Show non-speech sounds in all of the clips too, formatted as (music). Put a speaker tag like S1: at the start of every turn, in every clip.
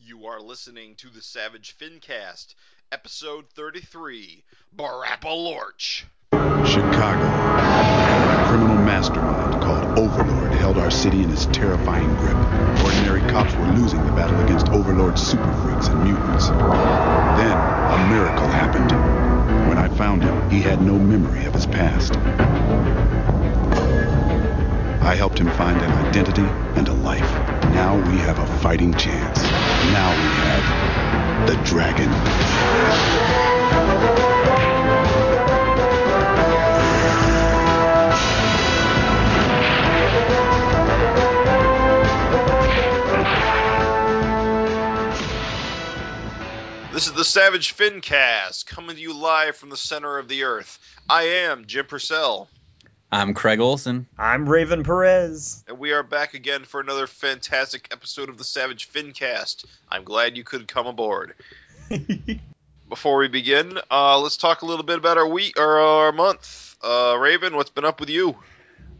S1: You are listening to the Savage Fincast, episode 33, Barappa Lorch.
S2: Chicago. A criminal mastermind called Overlord held our city in his terrifying grip. Ordinary cops were losing the battle against Overlord's super freaks and mutants. Then a miracle happened. When I found him, he had no memory of his past. I helped him find an identity and a life. Now we have a fighting chance. Now we have the dragon.
S1: This is the Savage Fincast, coming to you live from the center of the earth. I am Jim Purcell,
S3: I'm Craig Olson. (laughs)
S4: I'm Raven Perez. (laughs)
S1: and we are back again for another fantastic episode of the Savage Fincast. I'm glad you could come aboard. Before we begin, uh, let's talk a little bit about our week or our month. Uh, Raven, what's been up with you?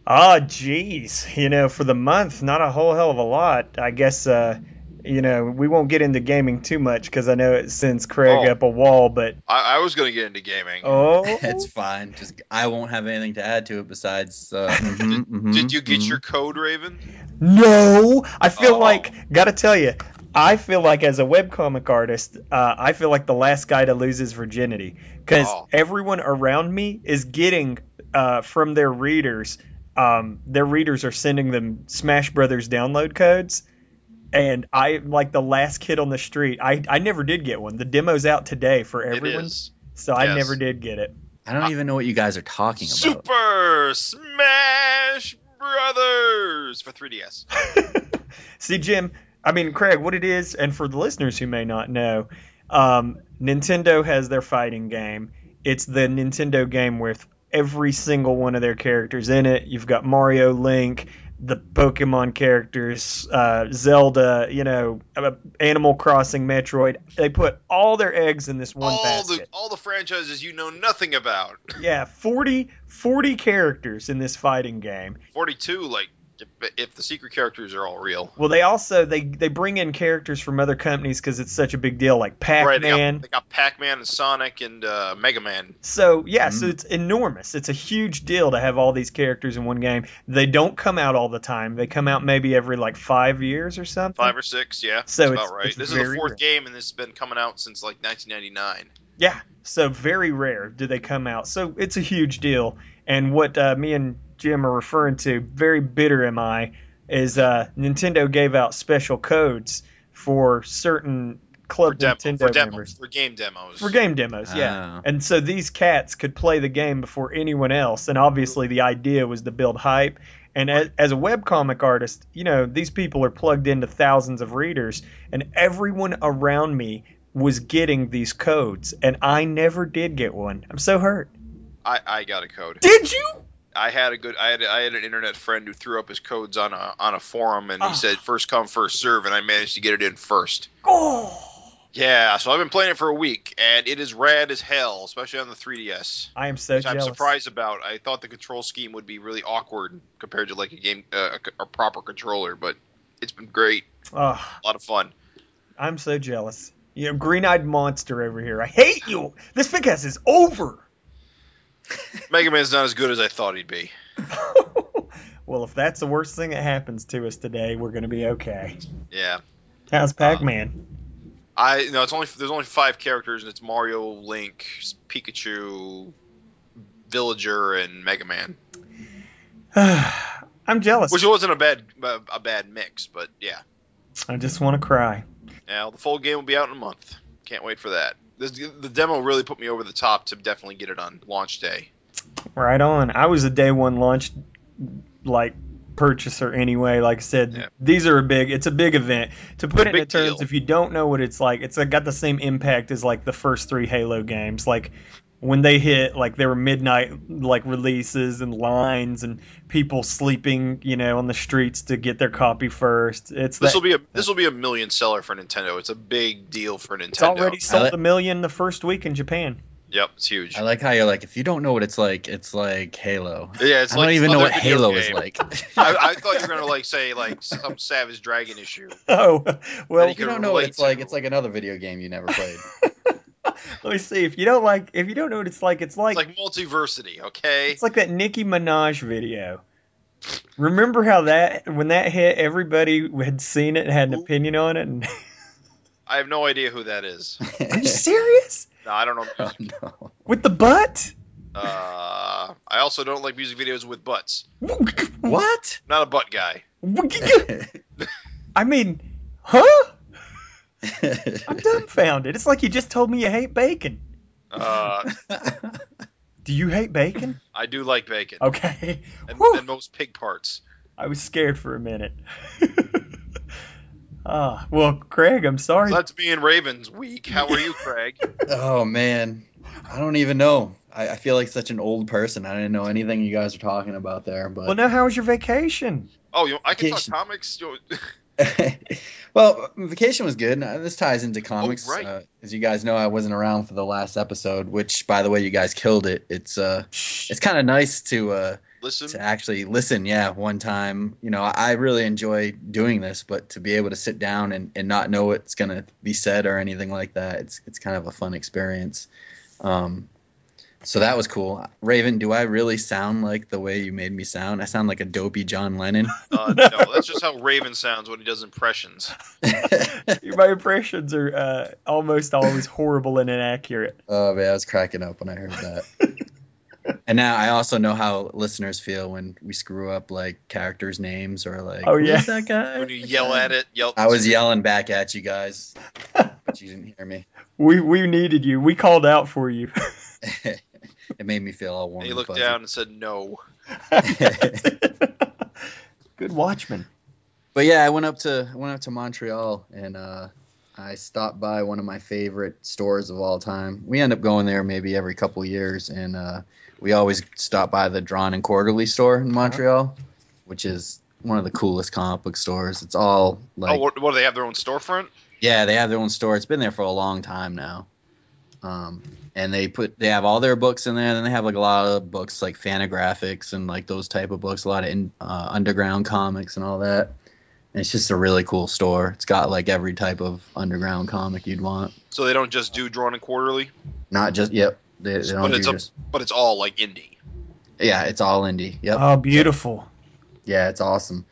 S4: Ah, jeez. You know, for the month, not a whole hell of a lot. I guess, uh, you know, we won't get into gaming too much because I know it sends Craig
S1: Oh.
S4: up a wall, but
S1: I, I was going to get into gaming.
S4: oh.
S3: It's fine. Just I won't have anything to add to it besides. Uh,
S1: (laughs) Mm-hmm, Did
S3: mm-hmm.
S1: you get your code, Raven?
S4: No! I feel
S1: Oh.
S4: like, gotta tell you, I feel like as a webcomic artist, uh, I feel like the last guy to lose his virginity because
S1: Oh.
S4: everyone around me is getting uh, from their readers. Um, their readers are sending them Smash Brothers download codes, and I am like the last kid on the street. I I never did get one. The demo's out today for
S1: It
S4: everyone,
S1: is.
S4: so
S1: yes.
S4: I never did get it.
S3: I don't even know what you guys are talking about.
S1: Super Smash Brothers for 3DS.
S4: (laughs) See, Jim, I mean, Craig, what it is, and for the listeners who may not know, um, Nintendo has their fighting game. It's the Nintendo game with every single one of their characters in it. You've got Mario, Link, the Pokemon characters, uh, Zelda, you know, uh, Animal Crossing, Metroid. They put all their eggs in this one
S1: all the
S4: basket.
S1: all the franchises you know nothing about.
S4: Yeah, 40, 40 characters in this fighting game.
S1: 42 like if, if the secret characters are all real.
S4: Well, they also they they bring in characters from other companies because it's such a big deal, like
S1: right, they
S4: Pac-Man.
S1: got, they got Pac-Man and Sonic and uh, Mega Man.
S4: So yeah, so
S3: Mhm.
S4: it's enormous. It's a huge deal to have all these characters in one game. They don't come out all the time. They come out maybe every like five years or something.
S1: Five or six, yeah,
S4: So
S1: that's
S4: it's-
S1: about right.
S4: it's
S1: this is the
S4: very
S1: fourth
S4: rare.
S1: game, and this has been coming out since like 1999.
S4: Yeah, so very rare do they come out. So it's a huge deal. And what uh, me and Jim are referring to, very bitter am I, is uh, Nintendo gave out special codes for certain Club
S1: For, demo,
S4: Nintendo
S1: for demos,
S4: members.
S1: for game demos.
S4: For game demos, yeah.
S3: Oh.
S4: And so these cats could play the game before anyone else. And obviously, the idea was to build hype. And as, as a webcomic artist, you know, these people are plugged into thousands of readers, and everyone around me was getting these codes, and I never did get one. I'm so hurt.
S1: I, I got a code.
S4: Did you?
S1: I had a good. I had I had an internet friend who threw up his codes on a on a forum, and he
S4: Ah.
S1: said first come first serve, and I managed to get it in first.
S4: Oh!
S1: Yeah, so I've been playing it for a week, and it is rad as hell, especially on the 3ds.
S4: I am so
S1: Which I'm
S4: jealous.
S1: surprised about. I thought the control scheme would be really awkward compared to like a game, uh, a, a proper controller, but it's been great,
S4: Oh,
S1: a lot of fun.
S4: I'm so jealous. You know, green eyed monster over here. I hate you. This podcast is over.
S1: Mega Man's not as good as I thought he'd be.
S4: (laughs) well, if that's the worst thing that happens to us today, we're going to be okay.
S1: Yeah,
S4: How's Pac Man?
S1: I no, it's only there's only five characters, and it's Mario, Link, Pikachu, Villager, and Mega Man.
S4: (sighs) I'm jealous.
S1: which wasn't a bad a a bad mix, but yeah.
S4: I just want to cry.
S1: Now the full game will be out in a month. Can't wait for that. This, the demo really put me over the top to definitely get it on launch day.
S4: Right on. I was a day one launch like purchaser anyway. Like I said,
S1: Yeah.
S4: these are a big. It's a big event. To put
S1: a
S4: it in
S1: big
S4: terms,
S1: deal.
S4: if you don't know what it's like, it's got the same impact as like the first three Halo games. Like when they hit, like there were midnight like releases and lines and people sleeping, you know, on the streets to get their copy first. It's
S1: This
S4: that,
S1: will be a this will be a million seller for Nintendo. It's a big deal for Nintendo.
S4: it's already
S3: I
S4: sold
S3: like-
S4: a million the first week in Japan. (laughs)
S1: Yep, it's huge.
S3: Ah. I like how you're like, if you don't know what it's like, it's like Halo.
S1: yeah, it's
S3: I
S1: like
S3: don't even know
S1: other
S3: what
S1: video
S3: Halo is
S1: game.
S3: like.
S1: I, (laughs) I thought you were
S3: (laughs)
S1: gonna like say like some Savage Dragon issue.
S4: Oh, well,
S1: you
S3: if you
S1: can
S3: don't know what
S1: relate
S3: it's like,
S1: to.
S3: it's like another video game you never played.
S4: (laughs)
S1: (laughs)
S4: let me see. If you don't like, if you don't know what it's like, it's like
S1: It's like multiversity, okay?
S4: It's like that Nicki Minaj video. Remember how that when that hit, everybody had seen it and had an
S1: Who?
S4: opinion on it. And,
S1: I have no idea who that is.
S4: are you (laughs) serious?
S1: No, I don't know.
S3: (laughs) oh, no.
S4: With the butt?
S1: Uh, I also don't like music videos with butts.
S3: What?
S1: Not a butt guy.
S4: (laughs)
S3: (laughs)
S4: I mean, huh? I'm dumbfounded. It's like you just told me you hate bacon.
S1: Uh,
S3: (laughs)
S4: Do you hate (laughs) bacon?
S1: I do like bacon
S3: Uh,
S4: Okay. (laughs)
S1: and,
S4: Whew.
S1: and most pig parts.
S4: I was scared for a minute. (laughs) Ah, well, Craig, I'm sorry.
S1: So that's me and Ravens week. How are you,
S3: (laughs)
S1: Craig?
S3: oh man, I don't even know. I, I feel like such an old person. I didn't know anything you guys were talking about there, but
S4: (laughs) Well, now how was your vacation?
S1: Oh, you I can talk
S3: Vacation.
S1: comics. You know, (laughs)
S3: (laughs) well, vacation was good. Now, this ties into comics.
S1: right.
S3: uh, as you guys know, I wasn't around for the last episode, which, by the way, you guys killed it. It's uh, it's kind of nice to uh, to
S1: Listen,
S3: actually listen. Yeah, one time. You know, I, I really enjoy doing this, but to be able to sit down and, and not know what's gonna be said or anything like that, it's it's kind of a fun experience. Um, so that was cool. Raven, do I really sound like the way you made me sound? I sound like a dopey John
S4: (laughs)
S3: Lennon. (laughs)
S1: uh, no, that's just how Raven sounds when he does impressions.
S4: (laughs) My impressions are uh, almost always horrible and inaccurate.
S3: Oh man, I was cracking up when I heard that. and now I also know how listeners feel when we screw up like characters' names or like.
S4: Oh,
S3: "Who is
S4: yeah.
S3: that guy.
S1: When you yell at it, yell.
S3: I was yelling back at you guys, but you didn't hear me. (laughs)
S4: We we needed you. We called out for you.
S3: it made me feel all warm.
S1: And he
S3: and
S1: looked
S3: fuzzy.
S1: down and said, "No." Oh,
S4: Good watchman.
S3: But yeah, I went up to I went up to Montreal and uh, I stopped by one of my favorite stores of all time. We end up going there maybe every couple years, and uh, we always stop by the Drawn and Quarterly store
S1: Uh-huh.
S3: in Montreal, which is one of the coolest comic book stores. It's all like
S1: oh, what, what do they have their own storefront?
S3: yeah, they have their own store. It's been there for a long time now. Um, and they put they have all their books in there. And then they have like a lot of books like Fantagraphics and like those type of books, a lot of in, uh, underground comics and all that. And it's just a really cool store. It's got like every type of underground comic you'd want.
S1: So they don't just do drawn and quarterly,
S3: Not just yep. They, they don't
S1: But
S3: do
S1: it's a-
S3: just,
S1: but it's all like indie.
S3: yeah, it's all indie. Yep.
S4: Oh, beautiful.
S3: Yeah, it's awesome.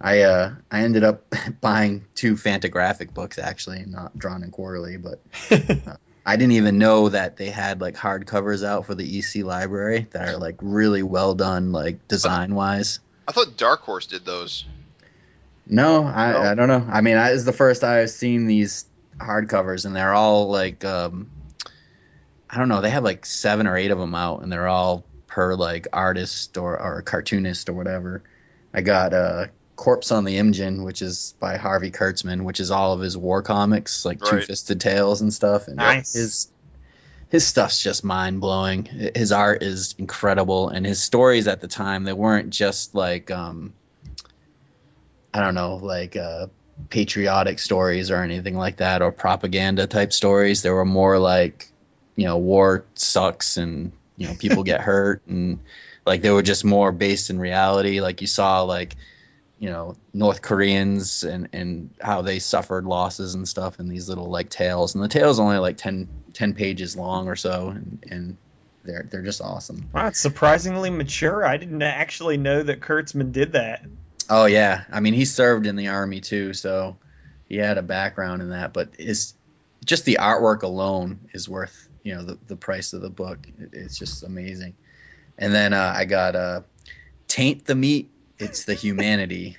S3: I uh I ended up (laughs) buying two Fantagraphic books actually, not drawn in quarterly, but uh, I didn't even know that they had like hardcovers out for the EC library that are like really well done, like design wise.
S1: I thought Dark Horse did
S3: (laughs)
S1: those.
S3: No, I,
S1: No.
S3: I don't know. I mean, I, it's the first I've seen these hardcovers, and they're all like, um, I don't know. They have like seven or eight of them out, and they're all per like artist or, or cartoonist or whatever. I got uh, Corpse on the Imjin, which is by Harvey Kurtzman, which is all of his war comics, like
S1: Right.
S3: Two Fisted Tales and stuff. And
S4: Nice.
S3: His his stuff's just mind blowing. His art is incredible, and his stories at the time they weren't just like. Um, I don't know, like uh, patriotic stories or anything like that, or propaganda type stories. There were more like, you know, war sucks and you know people get hurt and like they were just more based in reality. Like you saw like, you know, North Koreans and and how they suffered losses and stuff in these little like tales. And the tales only like 10, 10 pages long or so, and, and they're they're just awesome.
S4: Wow, it's surprisingly mature. I didn't actually know that Kurtzman did that. (laughs)
S3: Oh yeah, I mean he served in the army too, so he had a background in that. But his just the artwork alone is worth you know the, the price of the book. It- It's just amazing. And then uh, I got uh, "Taint the Meat." It's the humanity,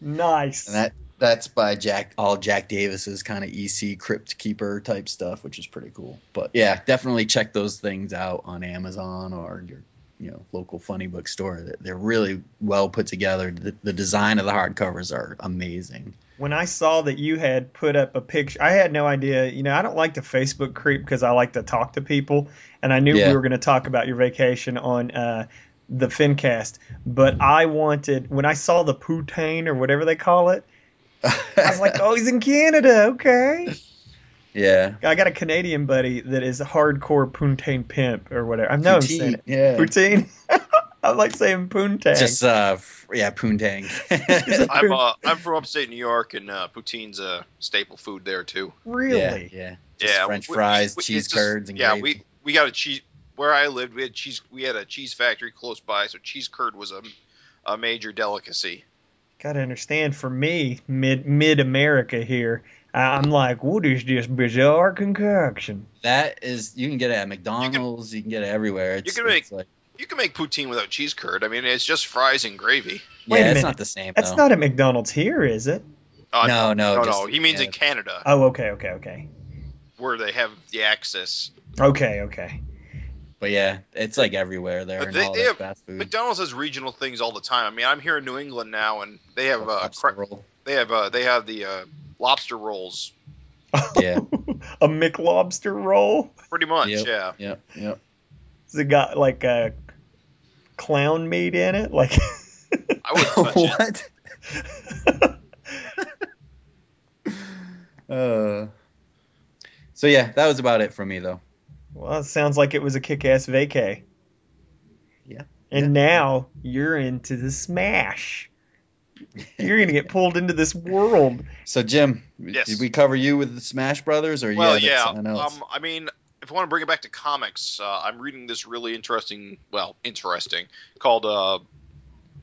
S4: Nice.
S3: and that that's by Jack all Jack Davis's kind of EC crypt keeper type stuff, which is pretty cool. But yeah, definitely check those things out on Amazon or your you know local funny book store. They're- They're really well put together. The, the design of the hardcovers are
S4: (laughs)
S3: amazing.
S4: when I saw that you had put up a picture, I had no idea. You know, I don't like the Facebook creep because I like to talk to people, and I knew
S3: Yeah.
S4: we were going to talk about your vacation on uh, the FinCast. But I wanted when I saw
S3: (laughs)
S4: the "Oh, poutine or whatever they call it, I was like, "Oh, he's in Canada, okay."
S3: Yeah.
S4: I got a Canadian buddy that is a hardcore Poontang pimp or whatever. I know I'm
S3: Poutine,
S4: saying it.
S3: yeah.
S4: Poutine. (laughs) I like saying Poontang.
S3: Just uh, f- yeah, poontang. (laughs)
S1: I'm uh, I'm from upstate New York, and uh, poutine's a staple food there too.
S4: really?
S3: Yeah. yeah. Just
S1: Yeah,
S3: French
S1: we-
S3: fries,
S1: we- it's
S3: cheese
S1: just-
S3: curds, and
S1: yeah,
S3: gravy.
S1: we we got a cheese where I lived. We had cheese. We had a cheese factory close by, so cheese curd was a a major delicacy.
S4: Gotta understand, for me, mid mid America here, I- I'm like, what is this bizarre concoction?
S3: That is, you can get it at McDonald's. You can, get it everywhere. It's,
S1: you can make-
S3: it's like,
S1: You can make poutine without cheese curd. I mean, it's just fries and gravy.
S4: Wait a
S3: yeah, it's
S4: minute.
S3: not the same.
S4: That's
S3: though.
S4: not at McDonald's here, is it?
S1: Uh,
S3: No, no,
S1: no,
S3: just-
S1: no. He means
S3: yeah.
S1: in Canada
S4: Oh, okay, okay, okay,
S1: where they have the access.
S3: Mm-hmm.
S4: okay, okay.
S3: But yeah, it's like everywhere there
S1: But
S3: and
S1: they-
S3: all
S1: they
S3: that
S1: have
S3: fast food.
S1: McDonald's has regional things all the time. I mean, I'm here in New England now, and they have uh,
S3: Lobster
S1: cra-
S3: roll.
S1: they have uh, they have the uh, lobster rolls,
S3: Yeah.
S4: (laughs) a McLobster roll.
S1: pretty much.
S3: Yep.
S1: Yeah,
S3: Yep, yep.
S4: Has it got like a clown meat in it? Like, (laughs)
S1: I would touch
S3: (laughs)
S1: it.
S3: what? Uh, so yeah, that was about it for me though.
S4: well, it sounds like it was a kick-ass vacay.
S3: Yeah.
S4: And now you're into the smash. You're gonna get pulled into this world.
S3: (laughs) So Jim,
S1: Yes.
S3: did we cover you with the Smash Brothers or
S1: Well,
S3: you had
S1: yeah.
S3: something else?
S1: Um, I mean, if I want to bring it back to comics, uh, I'm reading this really interesting, well, interesting, called uh,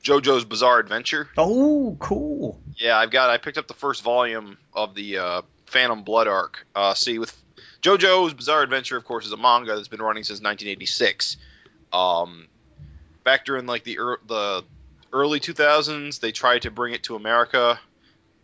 S1: JoJo's Bizarre Adventure.
S4: Oh, cool.
S1: Yeah, I've got. I picked up the first volume of the uh, Phantom Blood arc. Uh, see, with JoJo's Bizarre Adventure, of course, is a manga that's been running since 1986. Um, back during like the ear the early 2000s, they tried to bring it to America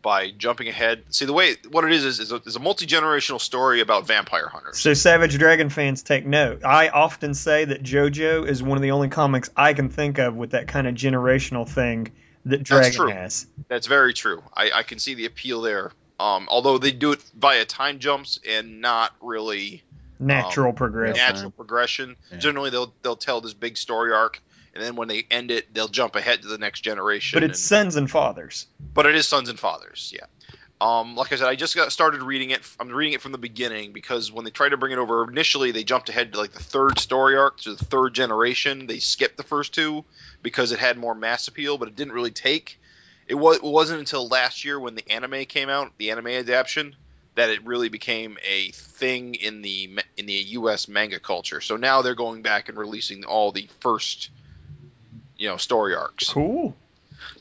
S1: by jumping ahead. See, the way what it is is is a, is a multi generational story about vampire hunters.
S4: So, Savage Dragon fans, take note. I often say that JoJo is one of the only comics I can think of with that kind of generational thing that Dragon
S1: true.
S4: has.
S1: That's very true. I, I can see the appeal there. Um, although they do it via time jumps and not really Um,
S4: Natural progression.
S1: natural progression.
S3: Yeah.
S1: Generally, they'll they'll tell this big story arc, and then when they end it, they'll jump ahead to the next generation.
S4: But it's
S1: and-
S4: sons and fathers.
S1: but it is sons and fathers. Yeah. Um, like I said, I just got started reading it. I'm reading it from the beginning because when they tried to bring it over initially, they jumped ahead to like the third story arc to the third generation. They skipped the first two because it had more mass appeal, but it didn't really take. It, was, it wasn't until last year when the anime came out, the anime adaptation, that it really became a thing in the ma- in the U.S. manga culture. So now they're going back and releasing all the first, you know, story arcs.
S4: Cool.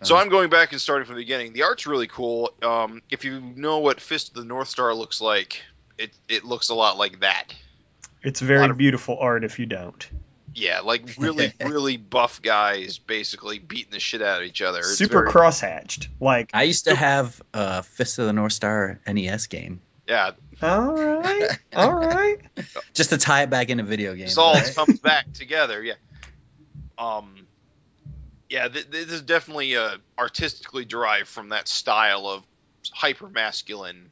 S1: So
S4: Uh-huh.
S1: I'm going back and starting from the beginning. The art's really cool. Um, if you know what Fist of the North Star looks like, it it looks a lot like that.
S4: It's
S1: Lot
S4: very
S1: of-
S4: beautiful art if you don't.
S1: Yeah, like
S4: (laughs)
S1: really, really buff guys basically beating the shit out of each other. It's
S4: Super
S1: very-
S4: crosshatched. Like,
S3: I used to have uh, Fist of the North Star NES game.
S1: Yeah,
S4: all right,
S1: (laughs)
S3: (laughs)
S4: all right.
S3: Just to tie it back into video games.
S1: this all
S3: right?
S4: (laughs)
S1: comes back together. Yeah. Um. Yeah, th- this is definitely uh, artistically derived from that style of hyper masculine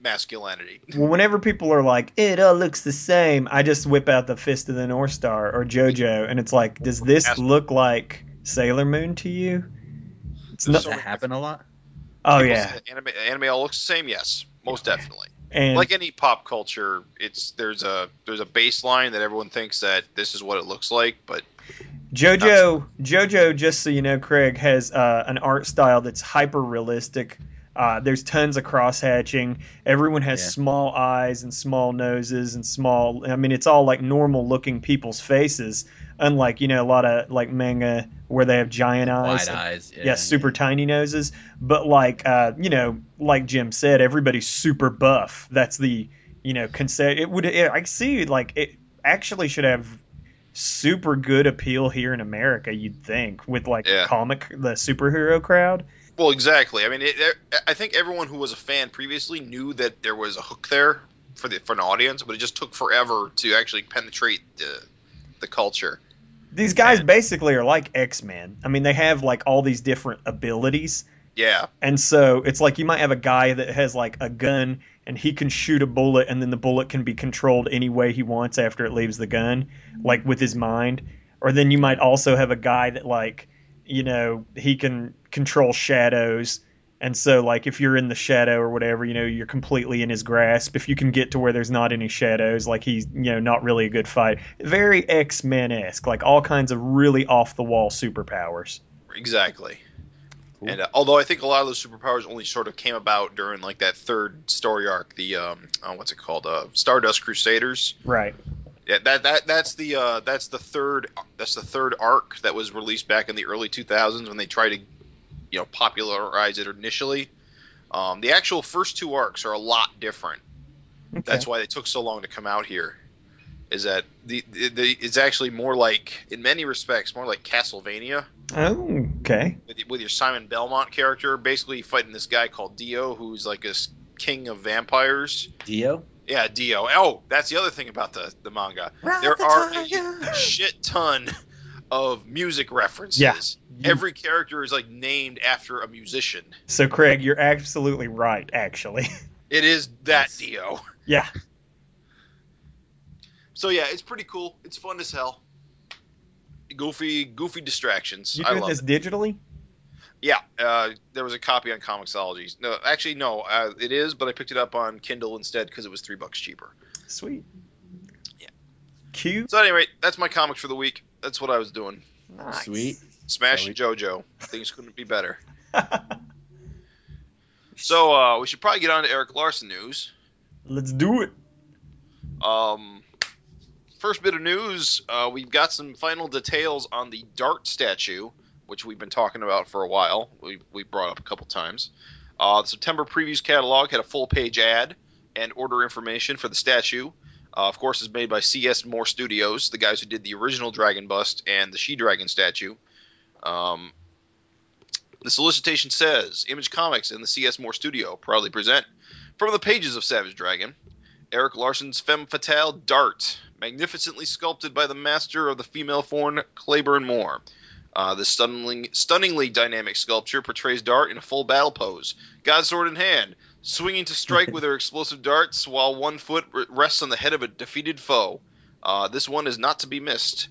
S1: masculinity.
S4: Well, whenever people are like, it all looks the same, I just whip out the Fist of the North Star or JoJo, and it's like, does this
S1: Ask-
S4: look like Sailor Moon to you? It's
S1: There's
S3: Does
S4: not.
S3: that happen a lot?
S4: Oh
S1: People
S4: yeah,
S1: say anime anime all looks the same. Yes, most definitely.
S4: and
S1: like any pop culture, it's there's a there's a baseline that everyone thinks that this is what it looks like, but
S4: JoJo, JoJo, just so you know, Craig has uh, an art style that's hyper realistic. Uh, there's tons of cross hatching. Everyone has
S3: Yeah.
S4: small eyes and small noses and small. I mean, it's all like normal looking people's faces, unlike you know a lot of like manga where they have giant eyes.
S3: Wide eyes. Yeah,
S4: Yeah, super tiny noses. But like uh, you know, like Jim said, everybody's super buff. That's the you know concept. It would. It, I see. Like it actually should have super good appeal here in America. You'd think with like
S1: Yeah.
S4: comic the superhero crowd.
S1: well, exactly. I mean, it, I think everyone who was a fan previously knew that there was a hook there for the for an audience, but it just took forever to actually penetrate the the culture.
S4: These guys basically are like X Men. I mean, they have like all these different abilities.
S1: Yeah,
S4: And so it's like you might have a guy that has like a gun and he can shoot a bullet and then the bullet can be controlled any way he wants after it leaves the gun, like with his mind. Or then you might also have a guy that like, you know, he can control shadows And so, like, if you're in the shadow or whatever, you know, you're completely in his grasp. If you can get to where there's not any shadows, like, he's, you know, not really a good fight. Very X Men esque, like, all kinds of really off the wall superpowers.
S1: Exactly. And uh, although I think a lot of those superpowers only sort of came about during like that third story arc, the um, uh, what's it called, uh, Stardust Crusaders.
S4: Right.
S1: Yeah, that that that's the uh, that's the third that's the third arc that was released back in the early 2000s when they tried to, you know, popularize it initially. Um, the actual first two arcs are a lot different. That's why they took so long to come out here. Is that the, the, the it's actually more like in many respects more like Castlevania
S4: Oh, okay.
S1: with, with your Simon Belmont character, basically fighting this guy called Dio, who's like a s- king of vampires.
S3: Dio.
S1: Yeah, Dio. Oh, that's the other thing about the, the manga. There are a shit ton of music references.
S4: Yeah.
S1: Every character is like named after a musician.
S4: So, Craig, you're absolutely right, actually. (laughs)
S1: It is that
S3: Yes.
S1: Dio.
S4: yeah.
S1: So yeah, it's pretty cool. It's fun as hell. Goofy, goofy distractions.
S4: You
S1: I
S4: doing
S1: love
S4: this
S1: it.
S4: digitally?
S1: Yeah, uh, there was a copy on Comixology. No, actually, no, uh, it is, but I picked it up on Kindle instead because it was three bucks cheaper.
S4: Sweet.
S1: Yeah.
S4: Cute.
S1: So anyway, that's my comics for the week. That's what I was doing.
S4: Nice.
S3: Sweet.
S1: Smash
S3: Shall we-
S1: JoJo. Things couldn't be better. So uh, we should probably get on to Eric Larson news.
S4: (laughs) Let's do it.
S1: Um, first bit of news: uh, we've got some final details on the Dart statue, which we've been talking about for a while. We we brought up a couple times. Uh, the September previews catalog had a full page ad and order information for the statue. Uh, of course, it's made by C.S. Moore Studios, the guys who did the original Dragon Bust and the She Dragon statue. Um, the solicitation says Image Comics and the C.S. Moore Studio proudly present from the pages of Savage Dragon. Eric Larson's femme fatale dart, magnificently sculpted by the master of the female form, Claiborne Moore. Uh, this stunning, stunningly dynamic sculpture portrays Dart in a full battle pose, God's sword in hand, swinging to strike with her explosive darts while one foot r- rests on the head of a defeated foe. Uh, this one is not to be missed.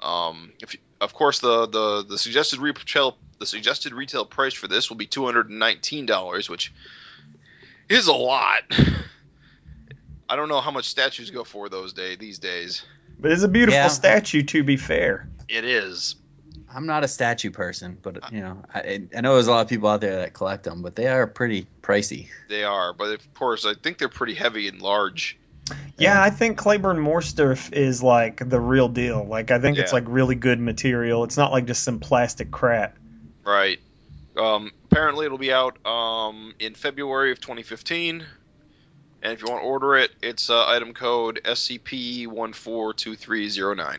S1: Um, if you- of course, the, the, the suggested retail the suggested retail price for this will be two hundred and nineteen dollars, which is a lot. (laughs) I don't know how much statues go for those day these days.
S4: But it's a beautiful
S3: Yeah.
S4: statue, to be fair.
S1: It is.
S3: I'm not a statue person, but you know, I, I know there's a lot of people out there that collect them, but they are pretty pricey.
S1: They are, but of course, I think they're pretty heavy and large.
S4: Yeah, I think Claiborne Moore stuff is like the real deal. Like, I think it's
S1: Yeah.
S4: like really good material. It's not like just some plastic crap.
S1: Right. Um, apparently, it'll be out um, in February of 2015. And if you want to order it, it's uh, item code SCP-142309.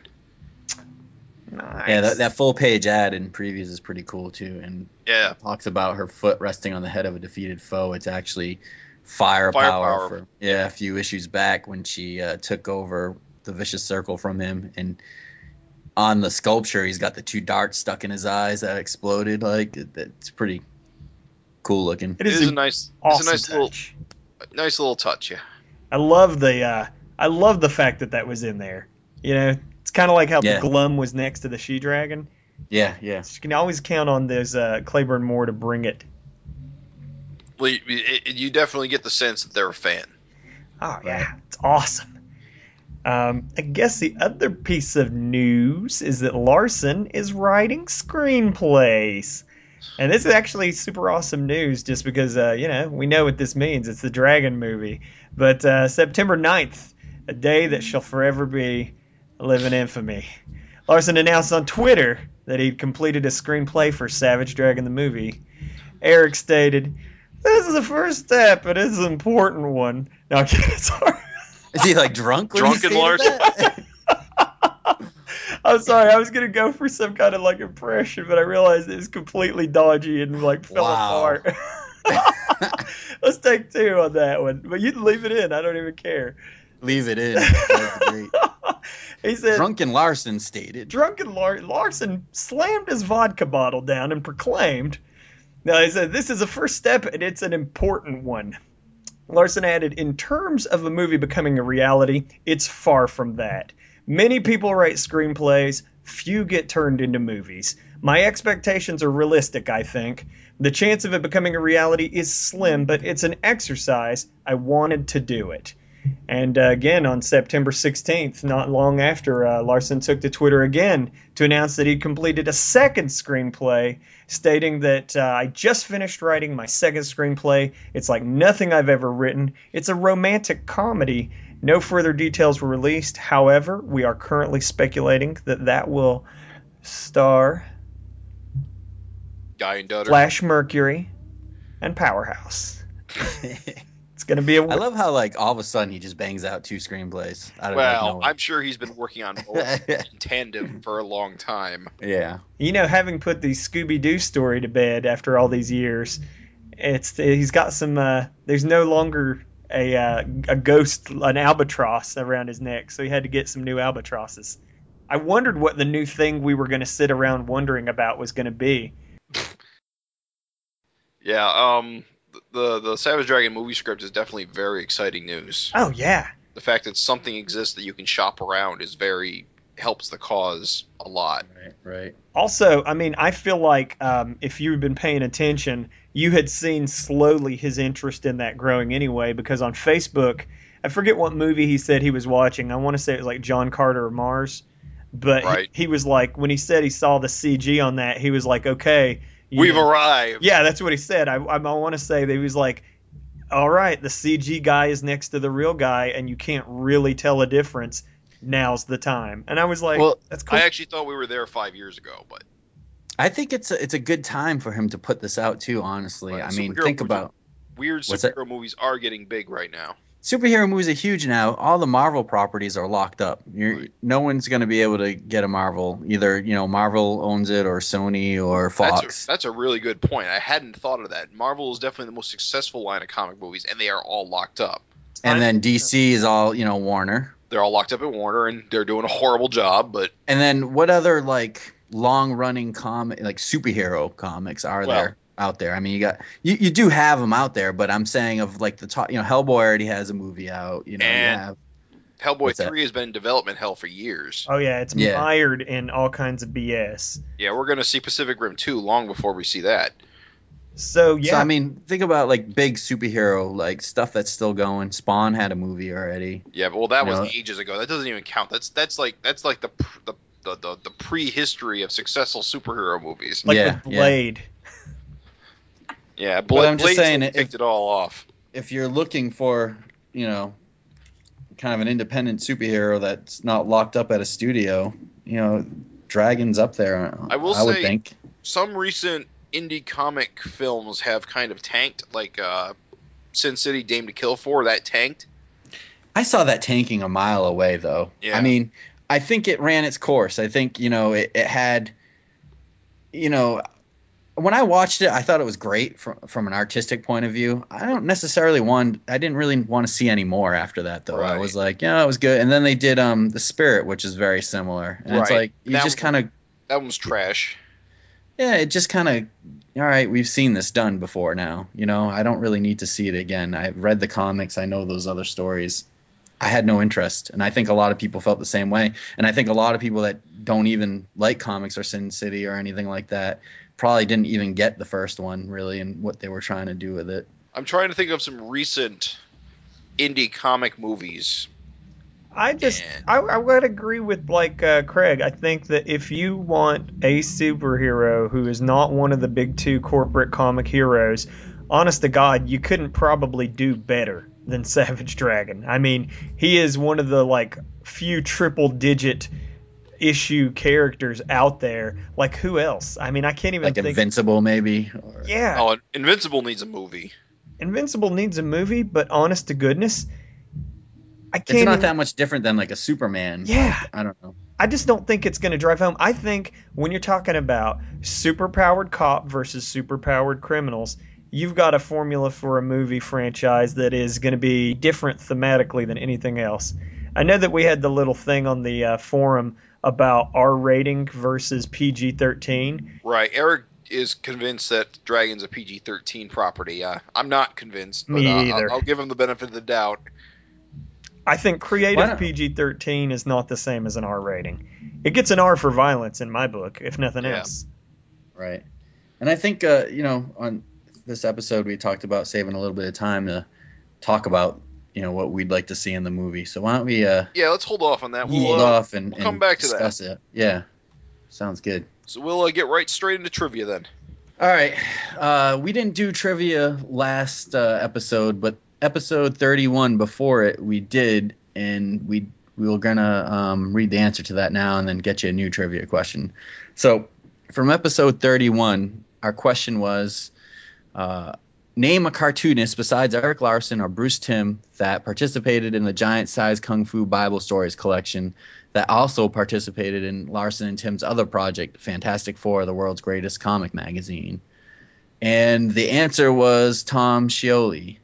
S4: Nice.
S3: Yeah, that, that full page ad in previews is pretty cool too, and
S1: Yeah,
S3: talks about her foot resting on the head of a defeated foe. It's actually firepower,
S1: Firepower.
S3: for yeah a few issues back when she uh, took over the vicious circle from him, and on the sculpture he's got the two darts stuck in his eyes that exploded. Like it, it's pretty cool looking.
S4: it
S1: it
S4: is,
S1: is, a
S4: an
S1: nice,
S4: awesome
S1: it's a nice little,
S4: touch.
S1: nice little touch. Yeah.
S4: I love the uh, I love the fact that that was in there. You know, it's kind of like how
S3: Yeah.
S4: the Glum was next to the She Dragon.
S3: Yeah, yeah.
S4: You can always count on those uh, Claiborne Moore to bring it.
S1: Well, you, it, you definitely get the sense that they're a fan.
S4: Oh yeah, it's awesome. Um, I guess the other piece of news is that Larson is writing screenplays. And this is actually super awesome news just because, uh, you know, we know what this means. It's the Dragon movie. But uh, September 9th, a day that shall forever be a living infamy. Larson announced on Twitter that he'd completed a screenplay for Savage Dragon the movie. Eric stated, This is the first step, but it's an important one. No, I'm kidding. (laughs) Sorry.
S3: Is he like drunk? when he
S1: Drunken
S3: stated
S1: Lars?
S3: that?
S4: I'm sorry, I was gonna go for some kind of like impression, but I realized it was completely dodgy and like fell
S3: Wow.
S4: apart.
S3: (laughs)
S4: (laughs) Let's take two on that one, but you can leave it in. I don't even care.
S3: Leave
S4: (laughs)
S3: it in. That's great.
S4: he said,
S3: Drunken Larson stated. (laughs)
S4: (laughs) drunken Lar- Larson slammed his vodka bottle down and proclaimed, "Now he said this is a first step and it's an important one." Larson added, "In terms of a movie becoming a reality, it's far from that. Many people write screenplays. Few get turned into movies. My expectations are realistic, I think. The chance of it becoming a reality is slim, but it's an exercise. I wanted to do it. And uh, again, on September 16th, not long after, uh, Larson took to Twitter again to announce that he'd completed a second screenplay, stating that uh, I just finished writing my second screenplay. It's like nothing I've ever written. It's a romantic comedy. No further details were released. However, we are currently speculating that that will star
S1: Guy and Dutter.
S4: Flash Mercury and Powerhouse. It's going to be a.
S3: I love how like all of a sudden he just bangs out two screenplays. I don't
S1: Well,
S3: know.
S1: I'm sure he's been working
S4: (laughs)
S1: on
S3: (laughs)
S1: both in tandem for a long time.
S3: yeah.
S4: You know, having put the Scooby Doo story to bed after all these years, it's he's got some. Uh, there's no longer a uh, a ghost, an albatross around his neck, so he had to get some new albatrosses. I wondered what the new thing we were going to sit around wondering about was going to be.
S1: Yeah, um, the the Savage Dragon movie script is definitely very exciting news.
S4: Oh yeah,
S1: The fact that something exists that you can shop around is very helps the cause a lot.
S3: Right. Right.
S4: Also, I mean, I feel like um, if you've been paying attention, you had seen slowly his interest in that growing anyway, because on Facebook, I forget what movie he said he was watching. I want to say it was like John Carter or Mars. But he-
S1: Right.
S4: he, was like, when he said he saw the CG on that, he was like, okay. you
S1: We've
S4: know-
S1: arrived.
S4: yeah, that's what he said. I, I, want to say that he was like, all right, the CG guy is next to the real guy, and you can't really tell a difference. Now's the time. And I was like,
S3: Well,
S4: that's cool.
S1: I actually thought we were there five years ago, but
S3: I think it's a, it's a good time for him to put this out too. Honestly,
S1: Right,
S3: I mean,
S1: superhero movies
S3: think about
S1: weird
S3: What's that?
S1: superhero movies are getting big right now.
S3: superhero movies are huge now. All the Marvel properties are locked up. You're, No one's going to be able to get a Marvel. Either you know Marvel owns it or Sony or
S1: That's
S3: Fox.
S1: a, that's a really good point. I hadn't thought of that. Marvel is definitely the most successful line of comic movies, and they are all locked up.
S3: and then DC is all you know Warner.
S1: They're all locked up at Warner, and they're doing a horrible job. But
S3: And then what other like long running comic like superhero comics are
S1: Well-
S3: there out there? I mean, you got you, you do have them out there, but I'm saying of like the top, you know, Hellboy already has a movie out. You know,
S1: And-
S3: you have
S1: Hellboy
S3: What's that?
S1: Three has been in development hell for years.
S4: Oh yeah, it's
S3: Yeah.
S4: mired in all kinds of BS.
S1: Yeah, we're gonna see Pacific Rim Two long before we see that.
S4: So yeah,
S3: So I mean, think about like big superhero like stuff that's still going. Spawn had a movie already.
S1: Yeah, but, well, that was
S3: No.
S1: ages ago. That doesn't even count. That's that's like that's like the pr- the the, the, the prehistory of successful superhero movies.
S4: like
S3: yeah,
S4: the
S3: yeah.
S4: Blade.
S1: yeah, Bla-
S3: But I'm just
S1: Blade's
S3: saying
S1: really
S3: it-
S1: kicked it all off.
S3: If you're looking for, you know, kind of an independent superhero that's not locked up at a studio, you know, Dragon's up there.
S1: I will
S3: would
S1: say-
S3: think.
S1: Some recent indie comic films have kind of tanked, like uh, Sin City, Dame to Kill for. That tanked.
S3: I saw that tanking a mile away, though.
S1: Yeah.
S3: I mean, I think it ran its course. I think you know it, it had, you know, when I watched it, I thought it was great from from an artistic point of view. I don't necessarily want. I didn't really want to see any more after that, though. I
S1: Right.
S3: was like, yeah, it was good. And then they did um the Spirit, which is very similar. And it's
S1: Right.
S3: like you
S1: That was-
S3: just kind of
S1: That one's trash.
S3: yeah, it just kind of all right. We've seen this done before now. You know, I don't really need to see it again. I've read the comics. I know those other stories. I had no interest, and I think a lot of people felt the same way. And I think a lot of people that don't even like comics or Sin City or anything like that probably didn't even get the first one really and what they were trying to do with it.
S1: I'm trying to think of some recent indie comic movies.
S4: I just
S1: Yeah.
S4: I, I would agree with like uh, Craig. I think that if you want a superhero who is not one of the big two corporate comic heroes, honest to God, you couldn't probably do better than (laughs) Savage Dragon. I mean, he is one of the like few triple digit issue characters out there. Like who else? I mean, I can't even
S3: Like
S4: think.
S3: Invincible, maybe. Or,
S4: yeah.
S1: Oh, Invincible needs a movie.
S4: Invincible needs a movie, but honest to goodness, I
S3: It's
S4: can't.
S3: not
S4: even-
S3: that much different than like a Superman.
S4: Yeah,
S3: I don't know.
S4: I just don't think it's going to drive home. I think when you're talking about superpowered cop versus superpowered criminals, you've got a formula for a movie franchise that is going to be different thematically than anything else. I know that we had the little thing on the uh, forum about R rating versus PG 13.
S1: Right. Eric is convinced that Dragon's a PG 13 property. Uh, I'm not convinced, but
S4: Me
S1: uh,
S4: either.
S1: I'll, I'll give him the benefit of the doubt.
S4: I think
S3: Why
S4: creative
S3: not?
S4: PG 13 is not the same as an R rating. It gets an R for violence in my book, if nothing
S1: Yeah.
S4: else.
S3: Right. And I think uh, you know, on this episode we talked about saving a little bit of time to talk about, you know, what we'd like to see in the movie. So why don't we uh
S1: Yeah, let's hold off on that. We'll,
S3: hold
S1: uh,
S3: off and,
S1: we'll come
S3: and
S1: back to that.
S3: discuss it. Yeah. Sounds good.
S1: So we'll uh, get right straight into trivia then.
S3: All right. Uh, we didn't do trivia last uh, episode, but episode 31 before it, we did, and we we were gonna um, read the answer to that now, and then get you a new trivia question. So, from episode 31, our question was. Uh, Name a cartoonist besides Eric Larson or Bruce Timm that participated in the giant size Kung Fu Bible Stories collection that also participated in Larson and Tim's other project, Fantastic Four, the world's greatest comic magazine. And the answer was Tom Scioli,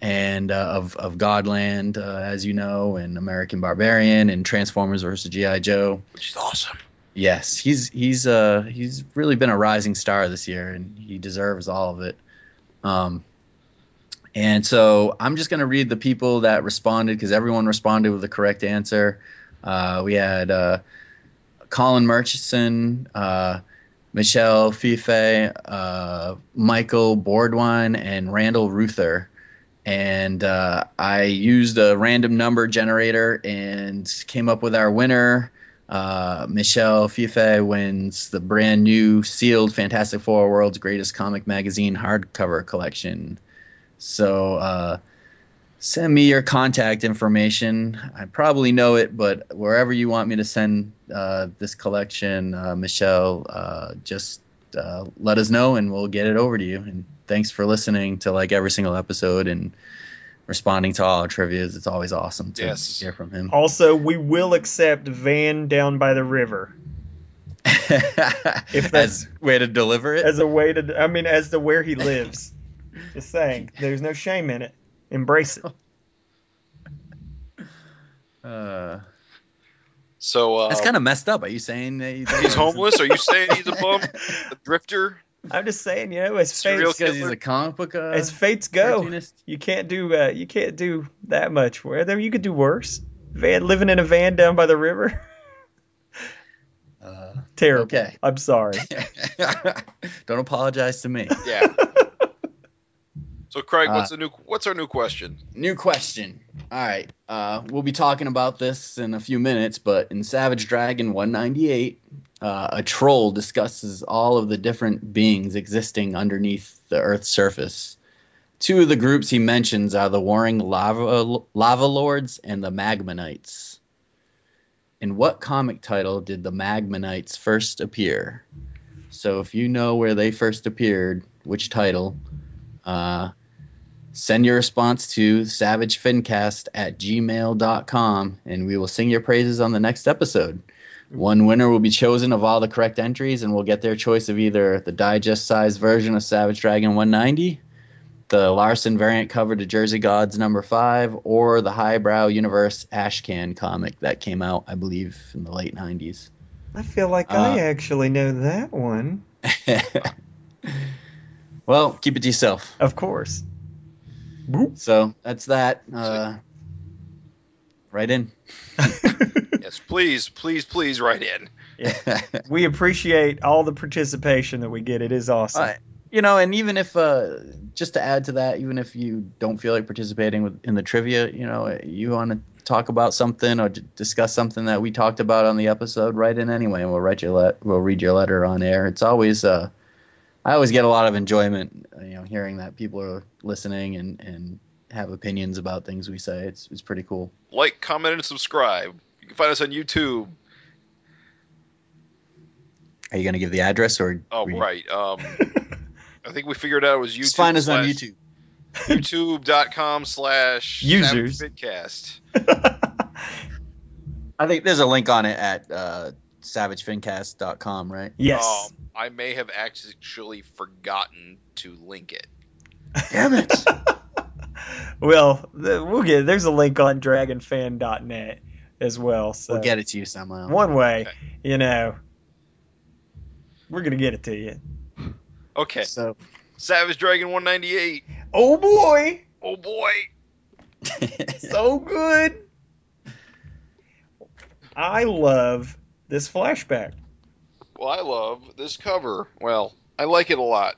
S3: and uh, of of Godland, uh, as you know, and American Barbarian, and Transformers versus GI Joe.
S1: Which is awesome.
S3: Yes, he's he's uh he's really been a rising star this year, and he deserves all of it. Um, and so I'm just gonna read the people that responded because everyone responded with the correct answer. Uh, we had uh, Colin Murchison, uh, Michelle Fife, uh, Michael Boardwine, and Randall Ruther. And uh, I used a random number generator and came up with our winner. Uh, Michelle Fife wins the brand new sealed Fantastic Four World's Greatest Comic Magazine hardcover collection. So uh, send me your contact information. I probably know it, but wherever you want me to send uh, this collection, uh, Michelle, uh, just uh, let us know and we'll get it over to you. And thanks for listening to like every single episode and responding to all our trivias. It's always awesome to
S1: Yes.
S3: hear from him.
S4: Also, we will accept Van Down by the River
S3: if
S4: that's-
S3: that's way to deliver it.
S4: as a way to, I mean, as to where
S3: (laughs)
S4: he lives. Just saying, there's no shame in it.
S3: (laughs)
S4: Embrace it.
S3: uh,
S1: So uh,
S3: that's kind of messed up. Are you saying that you think
S1: he's
S3: that's-
S1: homeless. Are you saying he's a
S3: (laughs)
S1: bum, a drifter?
S4: (laughs) I'm just saying, you know, as
S1: Serial
S4: fates,
S3: Because he's a comic book uh,
S4: as fates go,
S3: cartoonist?
S4: You can't do uh, you can't do that much. Where there you could do worse. Van living in a van down by the river. (laughs)
S3: Uh,
S4: Terrible.
S3: Okay. (laughs)
S4: I'm sorry.
S3: Don't apologize to me.
S1: Yeah. so Craig,
S3: Uh,
S1: what's the new? What's our new question?
S3: New question. All right. Uh, we'll be talking about this in a few minutes, but in Savage Dragon 198, uh, a troll discusses all of the different beings existing underneath the Earth's surface. Two of the groups he mentions are the Warring Lava, lava Lords and the Magmanites. In what comic title did the Magmanites first appear? So if you know where they first appeared, which title, uh, send your response to savagefincast at gmail.com and we will sing your praises on the next episode one winner will be chosen of all the correct entries and will get their choice of either the digest sized version of savage dragon 190 the larson variant cover to jersey gods number five or the highbrow universe ashcan comic that came out i believe in the late 90s
S4: (laughs) I feel like
S3: Uh,
S4: I actually know that one.
S3: (laughs) well keep it to yourself
S4: Of course. (laughs)
S3: so that's that uh, right (laughs) in
S1: Yes, please, please, please write in.
S4: We appreciate all the participation that we get. It is awesome.
S3: Uh,
S4: (laughs)
S3: (laughs) you know, and even if uh, just to add to that, even if you don't feel like participating with, in the trivia, you know, you want to talk about something or d- discuss something that we talked about on the episode, write in anyway, and we'll write your let we'll read your letter on air. It's always uh, I always get a lot of enjoyment, uh, you know, hearing that people are listening and and have opinions about things we say. It's it's pretty cool.
S1: Like, comment, and subscribe. You can find us on YouTube.
S3: Are you gonna give the address or?
S1: Oh,
S3: we-
S1: right. Um, I think we figured out it was YouTube.
S3: Just find us on
S1: slash-
S3: YouTube.
S1: YouTube.com slash
S4: Users.
S1: Savagefitcast.
S3: I think there's a link on it at uh, savagefincast.com, right? Oh.
S4: yes.
S1: Um, I may have actually forgotten to link it.
S3: Damn it.
S4: (laughs) well, th- we'll get there's a link on dragonfan.net as well. So
S3: We'll get it to you somehow.
S4: one way,
S1: Okay.
S4: you know. We're going to get it to you.
S1: Okay.
S3: So (laughs)
S1: Savage Dragon 198.
S4: Oh boy.
S1: Oh boy.
S4: so good. I love this flashback.
S1: Well, I love this cover. Well, I like it a lot.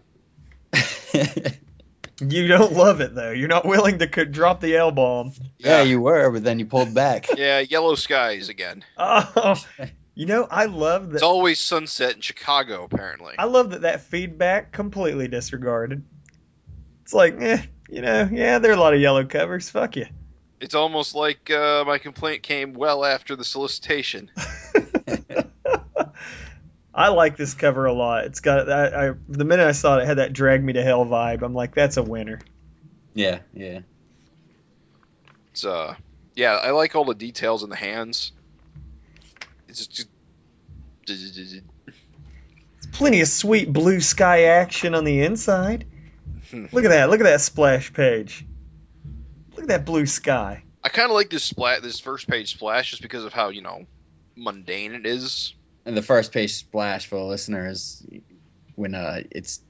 S4: You don't love it though. You're not willing to co- drop the L bomb.
S3: yeah, you were, but then you pulled back.
S1: Yeah, yellow skies again.
S4: Oh, you know I love
S1: It's
S4: that.
S1: always sunset in Chicago, apparently.
S4: I love that that feedback completely disregarded. It's like, eh, you know, yeah, there are a lot of yellow covers. Fuck you.
S1: It's almost like uh, my complaint came well after the solicitation.
S4: I like this cover a lot. It's got I, I, the minute I saw it, it had that drag me to hell vibe. I'm like, that's a winner.
S3: (laughs) Yeah, yeah.
S1: It's uh, yeah, I like all the details in the hands. It's just,
S4: Plenty of sweet blue sky action on the inside. Look at that. Look at that splash page. Look at that blue sky.
S1: I kind of like this splat, this first page splash, just because of how you know mundane it is.
S3: And the first page splash for the listeners when uh it's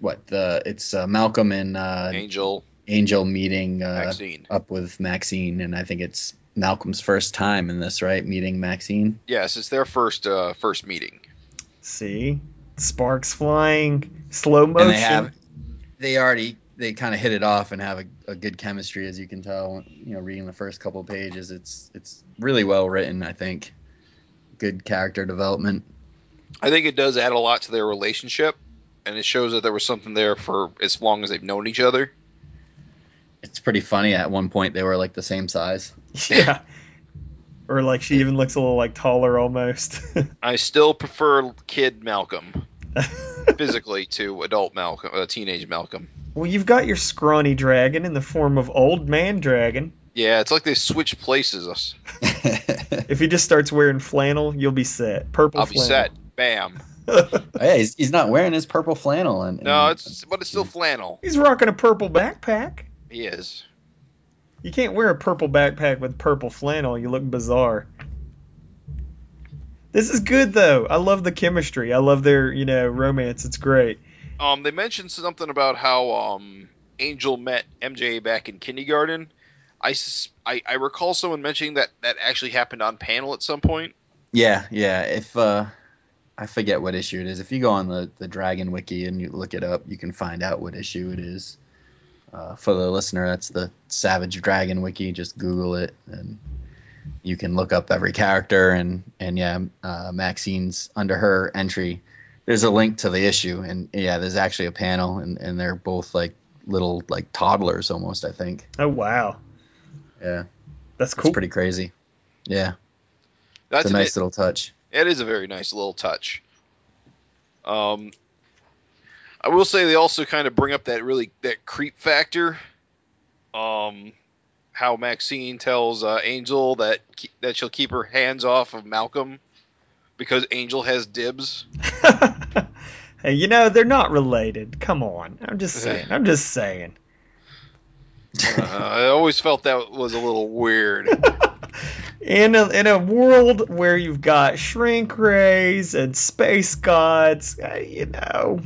S3: what the it's uh, Malcolm and uh,
S1: Angel,
S3: Angel meeting uh,
S1: Maxine.
S3: up with Maxine, and I think it's Malcolm's first time in this, right? Meeting Maxine.
S1: Yes, it's their first uh, first meeting.
S4: See? Sparks flying, slow motion.
S3: And they have they already they kind of hit it off and have a, a good chemistry, as you can tell. You know, reading the first couple pages, it's it's really well written. I think good character development.
S1: I think it does add a lot to their relationship, and it shows that there was something there for as long as they've known each other.
S3: It's pretty funny. At one point, they were like the same size.
S4: (laughs)
S3: (laughs)
S4: Yeah. Or like she even looks a little like taller almost. (laughs)
S1: I still prefer kid Malcolm physically to adult Malcolm, uh, teenage Malcolm.
S4: well, you've got your scrawny dragon in the form of old man dragon.
S1: Yeah, it's like they switch places. us.
S3: oh,
S4: If he just starts wearing flannel, you'll be set. Purple
S1: I'll be
S4: flannel.
S1: set. Bam.
S3: Oh, yeah, he's, he's not wearing his purple flannel. And,
S1: No, it's but it's still flannel.
S4: (laughs) He's rocking a purple backpack.
S1: He is.
S4: You can't wear a purple backpack with purple flannel. You look bizarre. This is good though. I love the chemistry. I love their, you know, romance. It's great.
S1: Um, they mentioned something about how um Angel met MJ back in kindergarten. I, sus- I I recall someone mentioning that that actually happened on panel at some point.
S3: Yeah, yeah. If uh, I forget what issue it is, if you go on the the Dragon Wiki and you look it up, you can find out what issue it is. Uh, for the listener, that's the Savage Dragon Wiki. Just Google it, and you can look up every character. And and yeah, uh, Maxine's under her entry. There's a link to the issue, and yeah, there's actually a panel, and and they're both like little like toddlers almost. I think.
S4: Oh wow.
S3: Yeah,
S4: That's
S3: it's
S4: cool.
S3: pretty crazy. Yeah,
S1: That's
S3: it's a
S1: an-
S3: nice little touch.
S1: It is a very nice little touch. Um, I will say they also kind of bring up that really that creep factor. Um, how Maxine tells uh, Angel that ke- that she'll keep her hands off of Malcolm because Angel has dibs.
S4: (laughs) hey, you know, they're not related. Come on. I'm just saying. I'm just saying.
S1: Uh, I always felt that was a little weird.
S4: (laughs) In a, in a world where you've got shrink rays and space gods, uh, you know,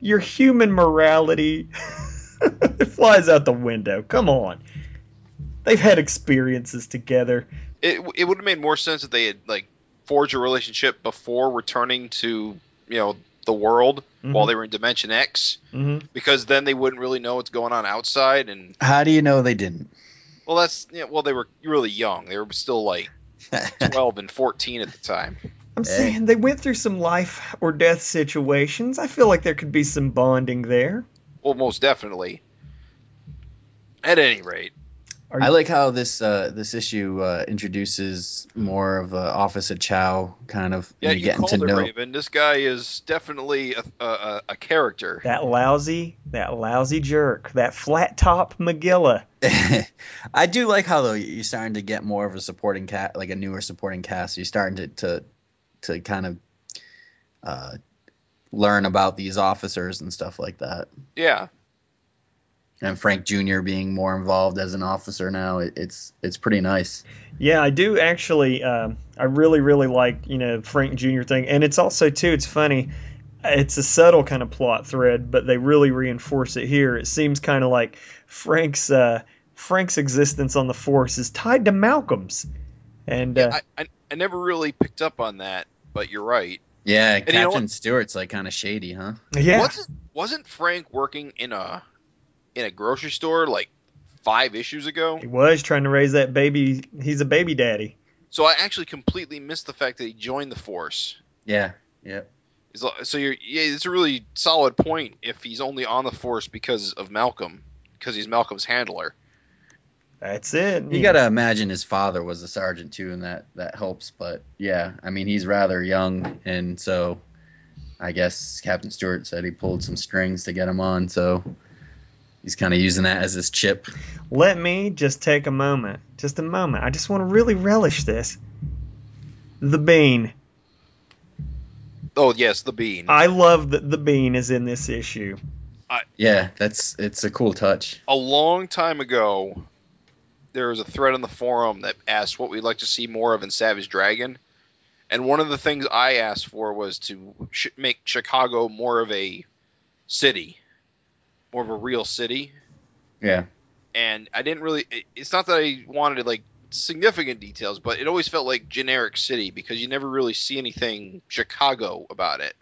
S4: your human morality (laughs) it flies out the window. Come on. They've had experiences together.
S1: It it would have made more sense if they had like forged a relationship before returning to you know the world
S4: Mm-hmm.
S3: Mm-hmm.
S1: while they were in Dimension X.
S4: hmm
S1: because then they wouldn't really know what's going on outside and
S3: (laughs) How do you know they didn't?
S1: well that's yeah, well they were really young they were still
S3: (laughs)
S1: like 12 and 14 at the time
S4: I'm
S3: Hey.
S4: saying they went through some life or death situations. I feel like there could be some bonding there.
S1: well most definitely at any rate
S4: Are
S3: I
S4: you-
S3: like how this uh, this issue uh, introduces more of a Officer Chow kind of
S1: yeah
S3: you
S1: you
S3: getting
S1: called
S3: to
S1: it
S3: know.
S1: raven this guy is definitely a, a- a, a character
S4: That lousy, that lousy jerk, that flat top Magilla.
S3: (laughs) I do like how though you're starting to get more of a supporting cast, like a newer supporting cast. You're starting to to, to kind of uh, learn about these officers and stuff like that.
S1: yeah
S3: And Frank Jr. being more involved as an officer now, it, it's it's pretty nice.
S4: Yeah, I do actually. Um, I really, really like you know Frank Jr. thing, and it's also too. It's funny. It's a subtle kind of plot thread, but they really reinforce it here. It seems kind of like Frank's uh, Frank's existence on the force is tied to Malcolm's, and uh,
S1: I, I, I never really picked up on that, but you're right.
S3: Yeah,
S1: you know
S3: Captain
S1: what?
S3: Stewart's like kind of shady, huh?
S4: Yeah.
S1: Wasn't wasn't Frank working in a in a grocery store like five issues ago?
S4: He was trying to raise that baby. He's a baby daddy.
S1: So I actually completely missed the fact that he joined the force.
S3: Yeah, yeah.
S1: It's like- So you're yeah, it's a really solid point if he's only on the force because of Malcolm, because he's Malcolm's handler.
S4: That's it.
S3: You gotta imagine his father was a sergeant too, and that that helps. But yeah, I mean he's rather young, and so I guess Captain Stewart said he pulled some strings to get him on, so he's kind of using that as his chip.
S4: Let me just take a moment. Just a moment. I just want to really relish this. The bean.
S1: Oh yes, the bean.
S4: I love that the bean is in this issue.
S3: Yeah, that's it's a cool touch.
S1: a long time ago, there was a thread on the forum that asked what we'd like to see more of in Savage Dragon, and one of the things I asked for was to sh- make Chicago more of a city, more of a real city.
S3: Yeah,
S1: And I didn't really. it- It's not that I wanted like significant details, but it always felt like generic city because you never really see anything Chicago about it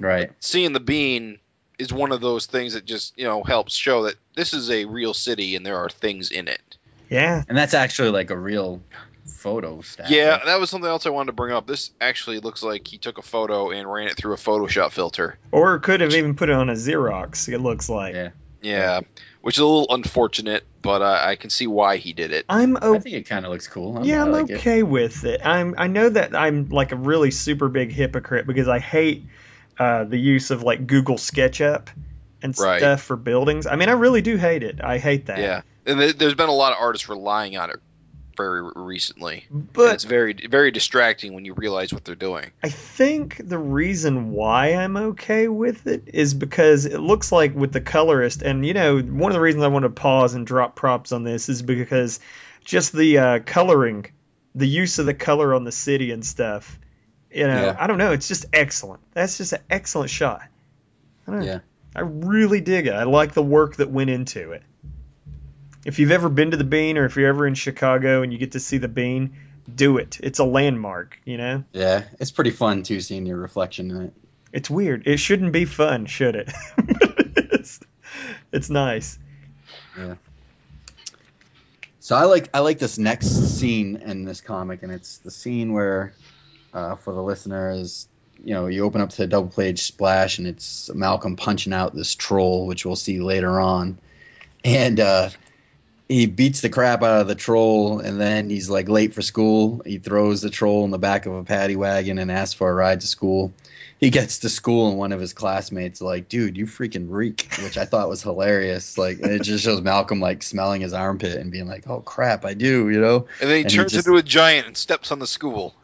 S3: right.
S1: seeing the bean is one of those things that just you know helps show that this is a real city and there are things in it.
S4: Yeah.
S3: And that's actually like a real photo stat.
S1: Yeah, that was something else I wanted to bring up. This actually looks like he took a photo and ran it through a Photoshop filter.
S4: Or could have even put it on a Xerox, it looks like.
S3: Yeah.
S1: Yeah, which is a little unfortunate, but uh, I can see why he did it.
S4: I'm
S3: I
S4: okay.
S3: think it kind of looks cool. i
S4: Yeah,
S3: I
S4: I'm
S3: like it.
S4: okay with it. I'm I know that I'm like a really super big hypocrite because I hate uh, the use of like Google SketchUp and
S1: Right.
S4: stuff for buildings. I mean, I really do hate it. I hate that.
S1: Yeah, and th- there's been a lot of artists relying on it very recently. But
S4: But
S1: it's very very distracting when you realize what they're doing.
S4: I think the reason why I'm okay with it is because it looks like with the colorist, and you know, one of the reasons I want to pause and drop props on this is because just the uh, coloring, the use of the color on the city and stuff, you know,
S3: Yeah.
S4: I don't know, it's just excellent. That's just an excellent shot. I don't know.
S3: Yeah.
S4: I really dig it. I like the work that went into it. If you've ever been to the Bean or if you're ever in Chicago and you get to see the Bean, do it. It's a landmark, you know?
S3: Yeah, it's pretty fun too seeing your reflection in it.
S4: It's weird. It shouldn't be fun, should it? (laughs) it's, it's nice.
S3: So I like I like this next scene in this comic, and it's the scene where, uh, for the listener, is you know you open up to the double page splash, and it's Malcolm punching out this troll, which we'll see later on, and uh, he beats the crap out of the troll, and then he's like late for school. He throws the troll in the back of a paddy wagon and asks for a ride to school. He gets to school, and one of his classmates like, "Dude, you freaking reek," which I thought was hilarious. Like it just shows Malcolm like smelling his armpit and being like, "Oh crap, I do," you (laughs) know.
S1: And then he
S3: And he
S1: turns
S3: just-
S1: into a giant and steps on the school.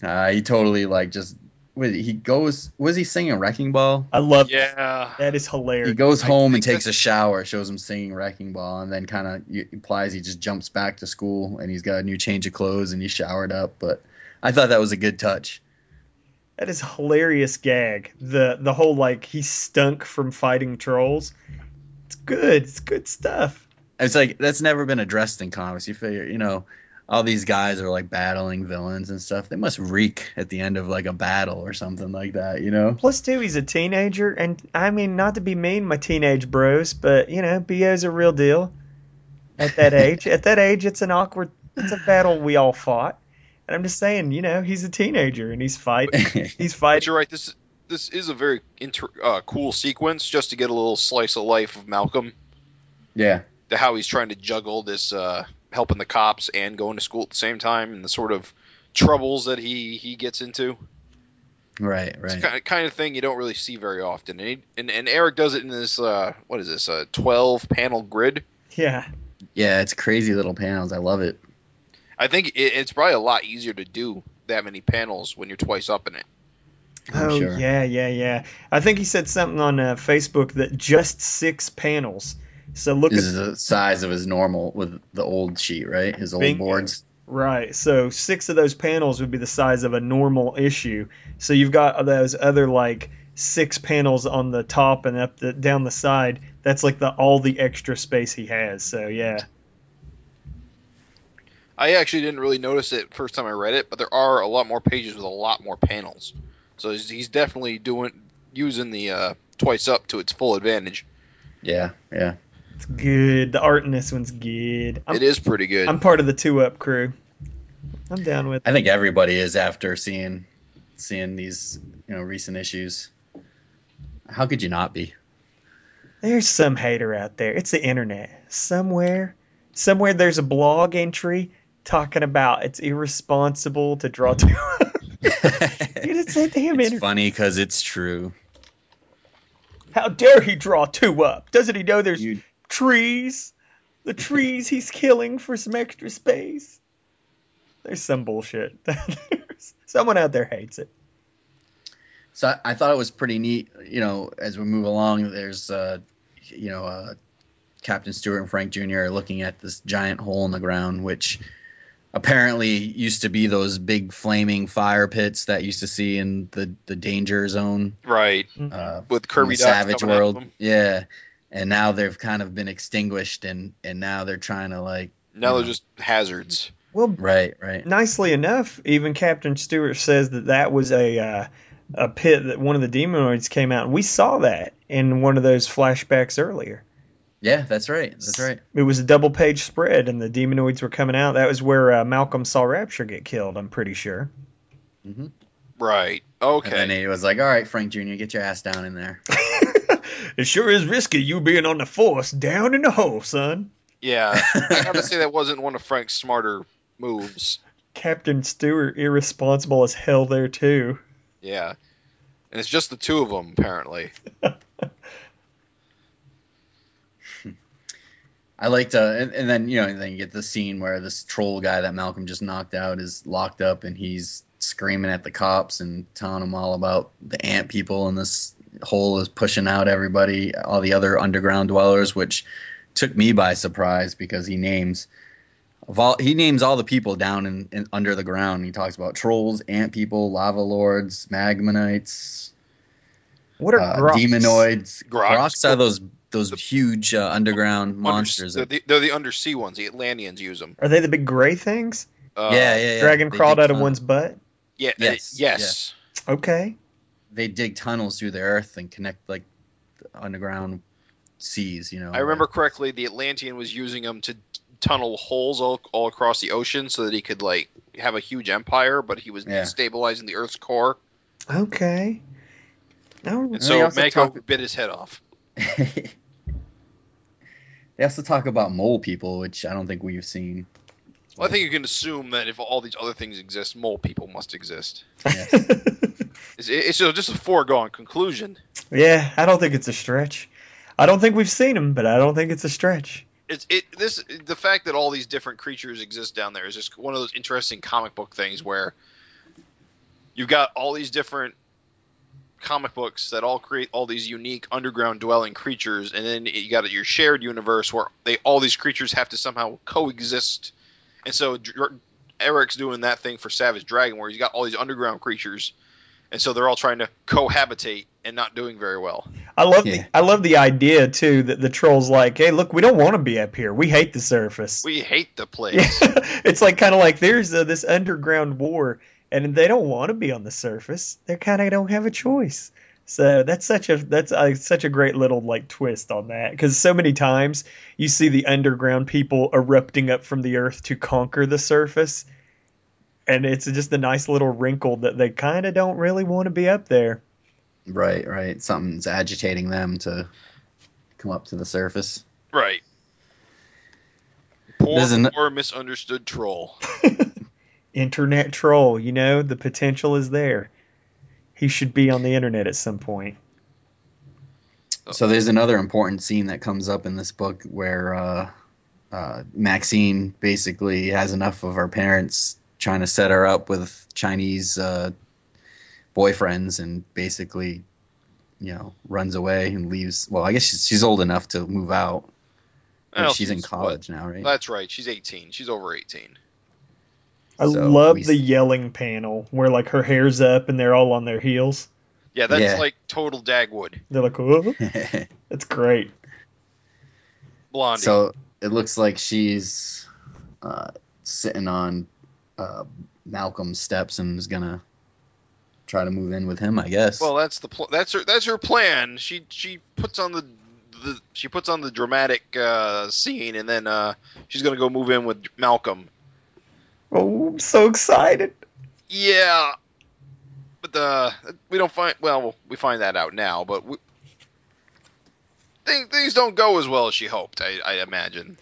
S3: uh, he totally like just what, he goes. Was he singing Wrecking Ball?
S4: I love
S1: Yeah.
S4: that. Is hilarious.
S3: He goes
S1: I
S3: home and
S1: think
S3: takes a shower. Shows him singing Wrecking Ball, and then kind of implies he just jumps back to school and he's got a new change of clothes and he's showered up. But I thought that was a good touch.
S4: That is a hilarious gag. The the whole like he stunk from fighting trolls. It's good. It's good stuff.
S3: It's like that's never been addressed in comics. You figure, you know, all these guys are like battling villains and stuff. They must reek at the end of like a battle or something like that, you know?
S4: Plus two, he's a teenager, and I mean not to be mean, my teenage bros, but you know, BO's a real deal. At that age, at that age, it's an awkward, it's a battle we all fought. And I'm just saying, you know, he's a teenager and he's fighting. He's
S1: But
S4: fighting.
S1: Uh, you're right. This this is a very inter- uh, cool sequence just to get a little slice of life of Malcolm,
S3: (laughs) yeah.
S1: to how he's trying to juggle this uh, helping the cops and going to school at the same time, and the sort of troubles that he he gets into.
S3: Right,
S1: It's
S3: right.
S1: kind of, kind of thing you don't really see very often. And he, and, and Eric does it in this uh, what is this uh, twelve panel grid.
S4: Yeah.
S3: Yeah, it's crazy little panels. I love it.
S1: I think it, it's probably a lot easier to do that many panels when you're twice up in it.
S3: I'm
S4: oh
S3: sure.
S4: yeah, yeah, yeah. I think he said something on uh, Facebook that just six panels. So look
S3: This
S4: at
S3: is the size of his normal with the old sheet, right? His old
S4: Bingo.
S3: boards.
S4: right. So six of those panels would be the size of a normal issue. So you've got those other like six panels on the top and up the down the side. That's like the all the extra space he has. So yeah,
S1: I actually didn't really notice it first time I read it, but there are a lot more pages with a lot more panels. So he's, he's definitely doing using the uh, twice up to its full advantage.
S3: Yeah, yeah.
S4: It's good. The art in this one's good. I'm,
S1: it is pretty good.
S4: I'm part of the two up crew. I'm down with.
S3: I think everybody is after seeing seeing these you know recent issues. How could you not be? (laughs)
S4: There's some hater out there. It's the internet. Somewhere, somewhere there's a blog entry talking about it's irresponsible to draw two. (laughs) Dude, it's a damn
S3: it's
S4: internet.
S3: funny because it's true.
S4: How dare he draw two up? Doesn't he know there's
S3: You-
S4: trees? The trees he's killing for some extra space. There's some bullshit. (laughs) Someone out there hates it.
S3: So I, I thought it was pretty neat. You know, as we move along, there's uh, you know uh, Captain Stewart and Frank Jr. are looking at this giant hole in the ground, which apparently used to be those big flaming fire pits that you used to see in the the danger zone.
S1: Right.
S3: Uh,
S1: With
S3: from
S1: Kirby
S3: the
S1: Doc
S3: Savage
S1: coming out
S3: World.
S1: of him.
S3: Yeah. And now they've kind of been extinguished and and now they're trying to like
S1: Now
S3: Mm-hmm.
S1: they're just hazards.
S4: Well,
S3: right, right.
S4: nicely enough, even Captain Stewart says that that was a uh, a pit that one of the demonoids came out. and We saw that in one of those flashbacks earlier.
S3: Yeah, that's right. That's right.
S4: It was a double page spread, and the demonoids were coming out. That was where uh, Malcolm saw Rapture get killed. I'm pretty sure. (laughs)
S1: Right.
S3: And then
S1: Okay.
S3: he was like, "All right, Frank Jr., get your ass down in there."
S4: It sure is risky you being on the force down in the hole, son.
S3: (laughs)
S1: yeah. I gotta say that wasn't one of Frank's smarter moves.
S4: Captain Stewart, irresponsible as hell there too.
S1: Yeah. And it's just the two of them apparently.
S3: I liked, uh, and, and then you know, and then you get the scene where this troll guy that Malcolm just knocked out is locked up, and he's screaming at the cops and telling them all about the ant people, and this hole is pushing out everybody, all the other underground dwellers, which took me by surprise because he names. Of all, he names all the people down in, in under the ground. He talks about trolls, ant people, lava lords, magmanites,
S4: What are
S3: uh,
S4: groks?
S3: demonoids.
S1: Groks.
S3: Groks are those those huge uh, underground monsters.
S1: Under,
S3: that-
S1: they're, the, they're the undersea ones. The Atlanteans use them.
S4: Are they the big gray things?
S1: Uh,
S3: yeah, yeah, yeah.
S4: Dragon
S3: They
S4: crawled
S3: dig
S4: out of
S3: tunnel-
S4: one's butt.
S1: Yeah.
S3: Yes,
S1: Yes. yes.
S4: Okay.
S3: They dig tunnels through the earth and connect like the underground seas. You know.
S1: I
S3: (laughs)
S1: remember correctly, the Atlantean was using them to tunnel holes all, all across the ocean so that he could like have a huge empire, but he was
S3: Yeah.
S1: stabilizing the Earth's core,
S4: Okay. No,
S1: and
S3: And they
S1: so
S3: also
S1: Mako
S3: talk-
S1: bit his head off.
S3: they also talk about mole people, which I don't think we've seen.
S1: Well, I think you can assume that if all these other things exist, mole people must exist. It's, it's just just a foregone conclusion.
S4: (laughs) yeah, I don't think it's a stretch. I don't think we've seen them, but I don't think it's a stretch.
S1: It's it this the fact that all these different creatures exist down there is just one of those interesting comic book things where you've got all these different comic books that all create all these unique underground dwelling creatures, and then you got your shared universe where they all these creatures have to somehow coexist. And so Dr- Eric's doing that thing for Savage Dragon where he's got all these underground creatures, and so they're all trying to cohabitate and not doing very well.
S4: I love
S3: Yeah.
S4: the I love the idea too that the trolls like, hey, look, we don't want to be up here. We hate the surface.
S1: We hate the place.
S4: (laughs) it's like kind of like there's uh, this underground war, and they don't want to be on the surface. They kind of don't have a choice. So that's such a that's uh such a great little like twist on that because so many times you see the underground people erupting up from the earth to conquer the surface, and it's just a nice little wrinkle that they kind of don't really want to be up there. (laughs)
S3: Right, right. Something's agitating them to come up to the surface.
S1: Right. Poor,
S3: There's an-
S1: poor misunderstood troll.
S4: Internet troll, you know the potential is there. He should be on the internet at some point.
S3: So there's another important scene that comes up in this book where uh, uh, Maxine basically has enough of her parents trying to set her up with Chinese uh, boyfriends and basically, you know, runs away and leaves. Well, I guess she's, she's old enough to move out.
S1: I don't
S3: Oh, She's in
S1: think so.
S3: college now, right?
S1: That's right. She's 18. She's over 18.
S4: I
S3: So
S4: love
S3: we-
S4: the yelling panel where like her hair's up and they're all on their heels.
S1: Yeah, that's
S3: Yeah.
S1: like total Dagwood.
S4: They're like, "Oh,
S3: (laughs)
S4: that's great."
S1: Blondie.
S3: so it looks like she's uh, sitting on uh, Malcolm's steps and is gonna try to move in with him, I guess.
S1: Well, that's the pl- that's her that's her plan. She she puts on the, the she puts on the dramatic uh, scene, and then uh, she's gonna go move in with Malcolm.
S4: Oh, I'm so excited.
S1: Yeah, but the we don't find well we find that out now, but we, things things don't go as well as she hoped. I, I imagine.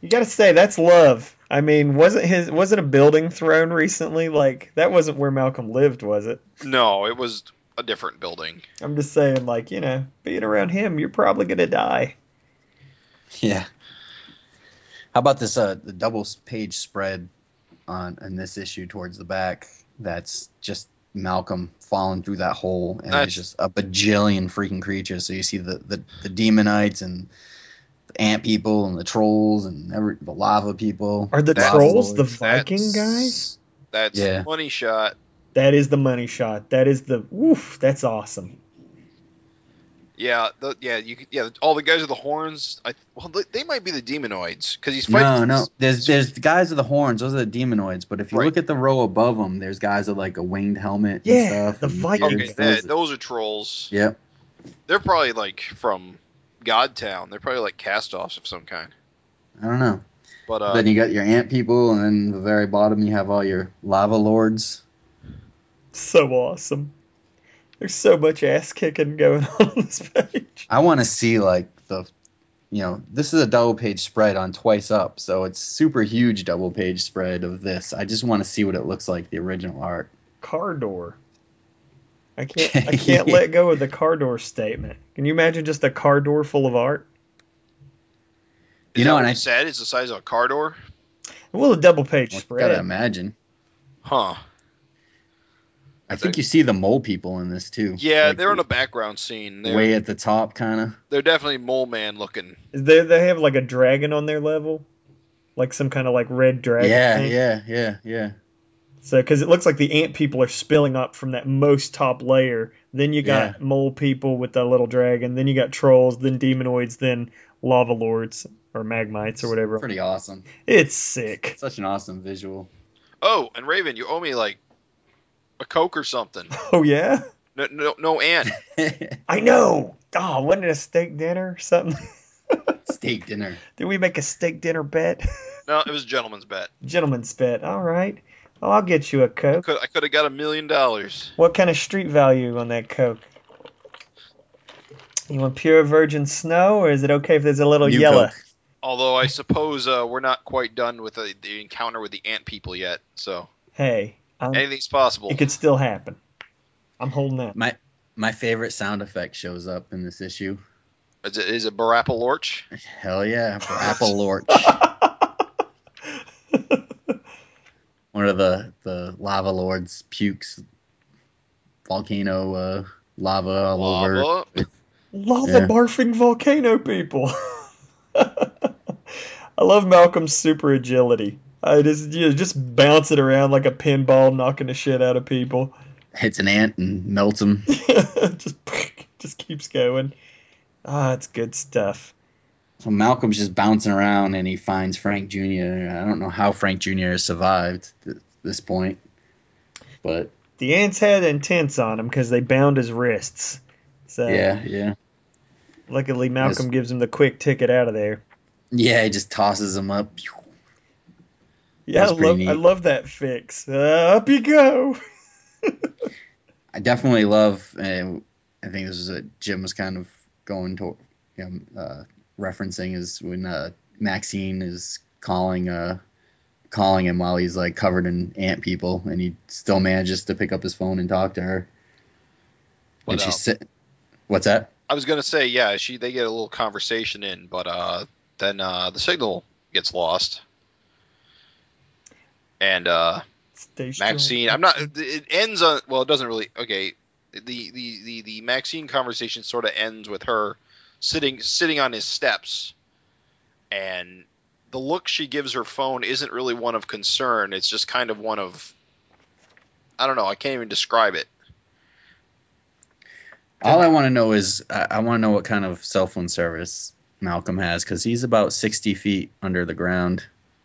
S4: You gotta say that's love. I mean, wasn't his wasn't a building thrown recently? Like that wasn't where Malcolm lived, was it?
S1: No, it was a different building.
S4: I'm just saying, like you know, being around him, you're probably gonna die.
S3: yeah. How about this? Uh, the double page spread on in this issue towards the back. That's just Malcolm falling through that hole, and
S1: Nice.
S3: there's just a bajillion freaking creatures. So you see the the, the demonites and the ant people and the trolls and every, the lava people.
S4: Are the
S1: That's-
S4: trolls the
S1: That's-
S4: Viking guys?
S1: That's
S3: Yeah.
S1: money shot.
S4: That is the money shot. That is the woof. That's awesome.
S1: Yeah, the, yeah, you could, yeah. All the guys with the horns. I, well, they, they might be the demonoids because he's
S3: No,
S1: fighting.
S3: no. There's there's the guys with the horns. Those are the demonoids. But if you
S1: Right.
S3: look at the row above them, there's guys with like a winged helmet.
S4: Yeah,
S3: and stuff,
S4: the
S3: and
S4: Vikings.
S1: Okay,
S3: ears.
S1: that, those are trolls.
S3: Yep.
S1: They're probably like from Godtown. They're probably like cast-offs of some kind.
S3: I don't know.
S1: But uh,
S3: then you got your ant people, and then the very bottom you have all your lava lords.
S4: So awesome. There's so much ass kicking going (laughs) on on this page.
S3: I want to see like the, you know, this is a double page spread on twice up, so it's super huge double page spread of this. I just want to see what it looks like the original art.
S4: Car door. I can't.
S3: (laughs)
S4: I can't let go of the car door statement. Can you imagine just a car door full of art?
S1: is
S3: you
S1: that
S3: know,
S1: what
S3: and I
S1: you said it's the size of a car door.
S4: Well, a double page
S3: I
S4: spread.
S3: gotta imagine.
S1: Huh?
S3: I think you see the mole people in this too.
S1: Yeah,
S3: Like,
S1: they're in a background scene. They're,
S3: way at the top, kind of.
S1: they're definitely mole man looking.
S4: They they have like a dragon on their level, like some kind of like red dragon.
S3: Yeah,
S4: thing.
S3: yeah, yeah, yeah.
S4: So, because it looks like the ant people are spilling up from that most top layer. Then you got mole people with that little dragon. Then you got trolls. Then demonoids. Then lava lords or magmites or whatever.
S3: Pretty awesome.
S4: It's sick. (laughs)
S3: Such an awesome visual. (laughs)
S1: Oh, and Raven, you owe me like a coke or something.
S4: Oh yeah,
S1: No, no, no ant.
S4: I know. Oh, wasn't it a steak dinner or something? (laughs)
S3: Steak dinner.
S4: Did we make a steak dinner bet? (laughs)
S1: no, it was a gentleman's bet.
S4: Gentleman's bet. All right. Well, I'll get you a coke.
S1: Could, I could have got a million dollars.
S4: What kind of street value on that coke? You want pure virgin snow, or is it okay if there's a little
S3: New
S4: yellow?
S3: Coke.
S1: Although I suppose uh, we're not quite done with the, the encounter with the ant people yet, so
S4: Hey, I'm,
S1: anything's possible.
S4: It could still happen. I'm holding (laughs) out.
S3: My my favorite sound effect shows up in this issue.
S1: Is it, is it Barappa Lorch?
S3: Hell yeah, for Apple Lorch. One of the the lava lords pukes volcano uh, lava all over.
S1: Lava?
S4: Lava
S3: Yeah.
S4: barfing volcano people. (laughs) I love Malcolm's super agility. I just you know, just bounce it around like a pinball, knocking the shit out of people.
S3: Hits an ant and melts him.
S4: (laughs) just just keeps going. Ah, it's good stuff.
S3: So Malcolm's just bouncing around and he finds Frank Jr. I don't know how Frank Jr. has survived at this point, but
S4: The ants had intents on him because they bound his wrists. So
S3: yeah, yeah,
S4: luckily Malcolm gives him the quick ticket out of there.
S3: yeah. He just tosses him up.
S4: Yeah, I
S3: That's pretty
S4: love I
S3: neat.
S4: love that fix. Uh, up you go. (laughs)
S3: I definitely love, and I think this is what Jim was kind of going to, you know, uh, referencing is when uh, Maxine is calling, uh, calling him while he's like covered in ant people, and he still manages to pick up his phone and talk to her.
S1: What
S3: and she's
S1: else?
S3: sit- What's that?
S1: I was gonna say yeah. She they get a little conversation in, but uh, then uh, the signal gets lost, and uh,
S4: Stay strong.
S1: Maxine. I'm not. It ends on. Well, it doesn't really. Okay. The the the, the Maxine conversation sort of ends with her sitting sitting on his steps, and the look she gives her phone isn't really one of concern. It's just kind of one of. I don't know. I can't even describe it.
S3: All I want to know is I, I want to know what kind of cell phone service Malcolm has because he's about sixty feet under the ground.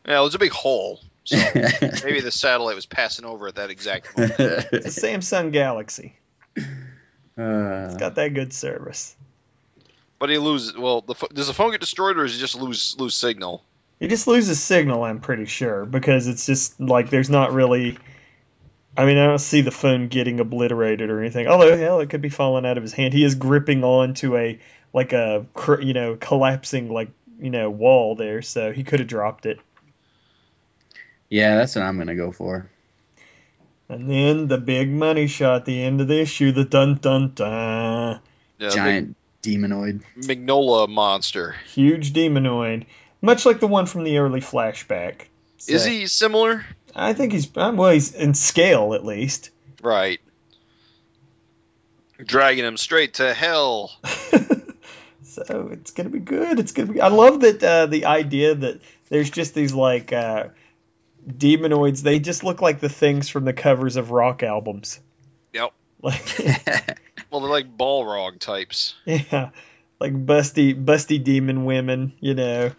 S1: Yeah, it was a big hole.
S3: (laughs)
S1: So maybe the satellite was passing over at that exact moment.
S3: (laughs)
S4: It's a Samsung Galaxy.
S3: Uh,
S4: It's got that good service.
S1: But he loses. Well, the, pho- does the phone get destroyed, or does he just lose lose signal?
S4: He just loses signal, I'm pretty sure, because it's just like there's not really. I mean, I don't see the phone getting obliterated or anything. Although, hell, it could be falling out of his hand. He is gripping on to a like a cr- you know collapsing like you know wall there, so he could have dropped it.
S3: yeah, that's what I'm gonna go for.
S4: And then the big money shot at the end of the issue. The dun dun dun.
S1: Yeah,
S3: Giant demonoid. (laughs)
S1: big Magnola monster.
S4: Huge demonoid, much like the one from the early flashback. So-
S1: Is he similar?
S4: I think he's um, well. He's in scale at least.
S1: Right. Dragging him straight to hell.
S4: (laughs) so it's gonna be good. It's gonna be. I love that uh, the idea that there's just these like uh, demonoids. They just look like the things from the covers of rock albums.
S1: Yep.
S4: (laughs) Like
S1: Well, they're like Balrog types.
S4: yeah, like busty busty demon women. You know.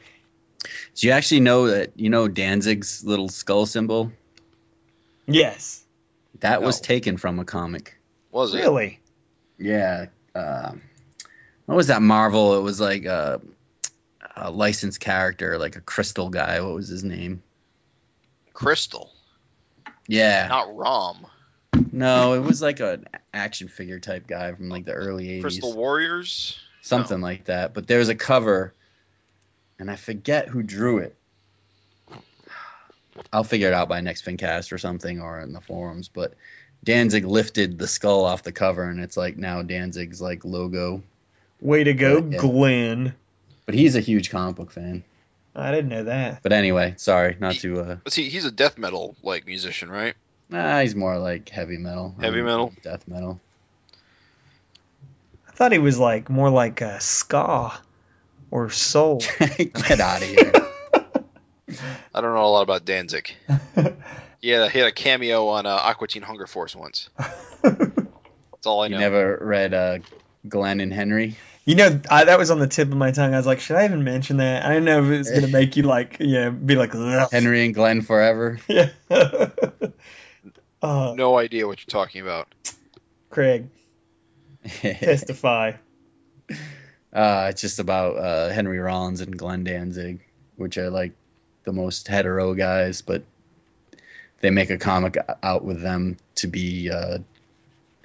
S3: Do you actually know that you know Danzig's little skull symbol?
S4: Yes.
S3: That was
S1: No.
S3: taken from a comic.
S1: Was it?
S4: Really.
S3: Yeah. Um what was that Marvel? It was like a, a licensed character, like a crystal guy. What was his name?
S1: Crystal,
S3: Yeah.
S1: not Rom.
S3: No, it was like an action figure type guy from like the early 80s.
S1: Crystal Warriors.
S3: something like that. But there was a cover, and I forget who drew it. I'll figure it out by next fincast or something, or in the forums. But Danzig lifted the skull off the cover, and it's like now Danzig's like logo.
S4: Way to go,
S3: Yeah.
S4: Glenn.
S3: But he's a huge comic book fan.
S4: I didn't know that.
S3: But anyway, sorry, not to. uh
S1: But see, he's a death metal like musician, right?
S3: Nah, he's more like heavy metal.
S1: Heavy
S3: Um,
S1: metal?
S3: death metal. (laughs)
S4: I thought he was like more like a ska
S3: (laughs)
S4: or soul.
S3: Get out of here.
S1: I don't know a lot about Danzig.
S4: (laughs)
S1: yeah, he had a cameo on uh, Aqua Teen Hunger Force once. That's all (laughs) I
S3: you
S1: know.
S3: never read uh, Glenn and Henry?
S4: You know, I, that was on the tip of my tongue. I was like, should I even mention that? I don't know if it's gonna make you like, yeah, be like, Ugh.
S3: Henry and Glenn forever.
S4: (laughs)
S3: (laughs)
S4: Yeah. (laughs) uh,
S1: No idea what you're talking about. (laughs)
S4: Craig, testify.
S3: Uh, it's just about uh, Henry Rollins and Glenn Danzig, which are like the most hetero guys, but they make a comic out with them to be uh,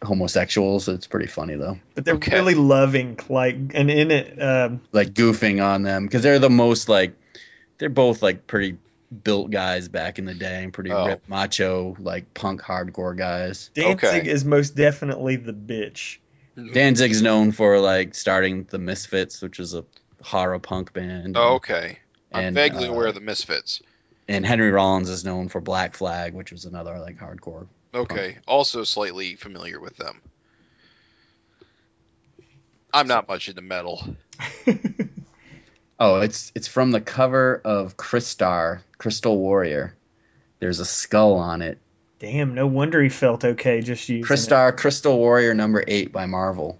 S3: homosexuals. So it's pretty funny though,
S4: But they're
S1: Okay.
S4: really loving, like, and in it, um,
S3: like goofing on them because they're the most like they're both like pretty built guys back in the day and pretty
S1: Oh.
S3: ripped macho like punk hardcore guys.
S4: Danzig
S1: Okay.
S4: is most definitely the bitch. (laughs)
S3: Mhm. Danzig's known for like starting the Misfits, which is a horror punk band.
S1: Oh, okay. I'm
S3: And,
S1: vaguely
S3: uh,
S1: aware of the Misfits.
S3: and Henry Rollins is known for Black Flag, which was another like hardcore.
S1: Okay. Also slightly familiar with them. I'm not much into metal.
S3: Oh, it's it's from the cover of Crystar, Crystal Warrior. There's a skull on it.
S4: Damn, no wonder he felt okay just using it.
S3: Crystar, Crystal Warrior number eight by Marvel.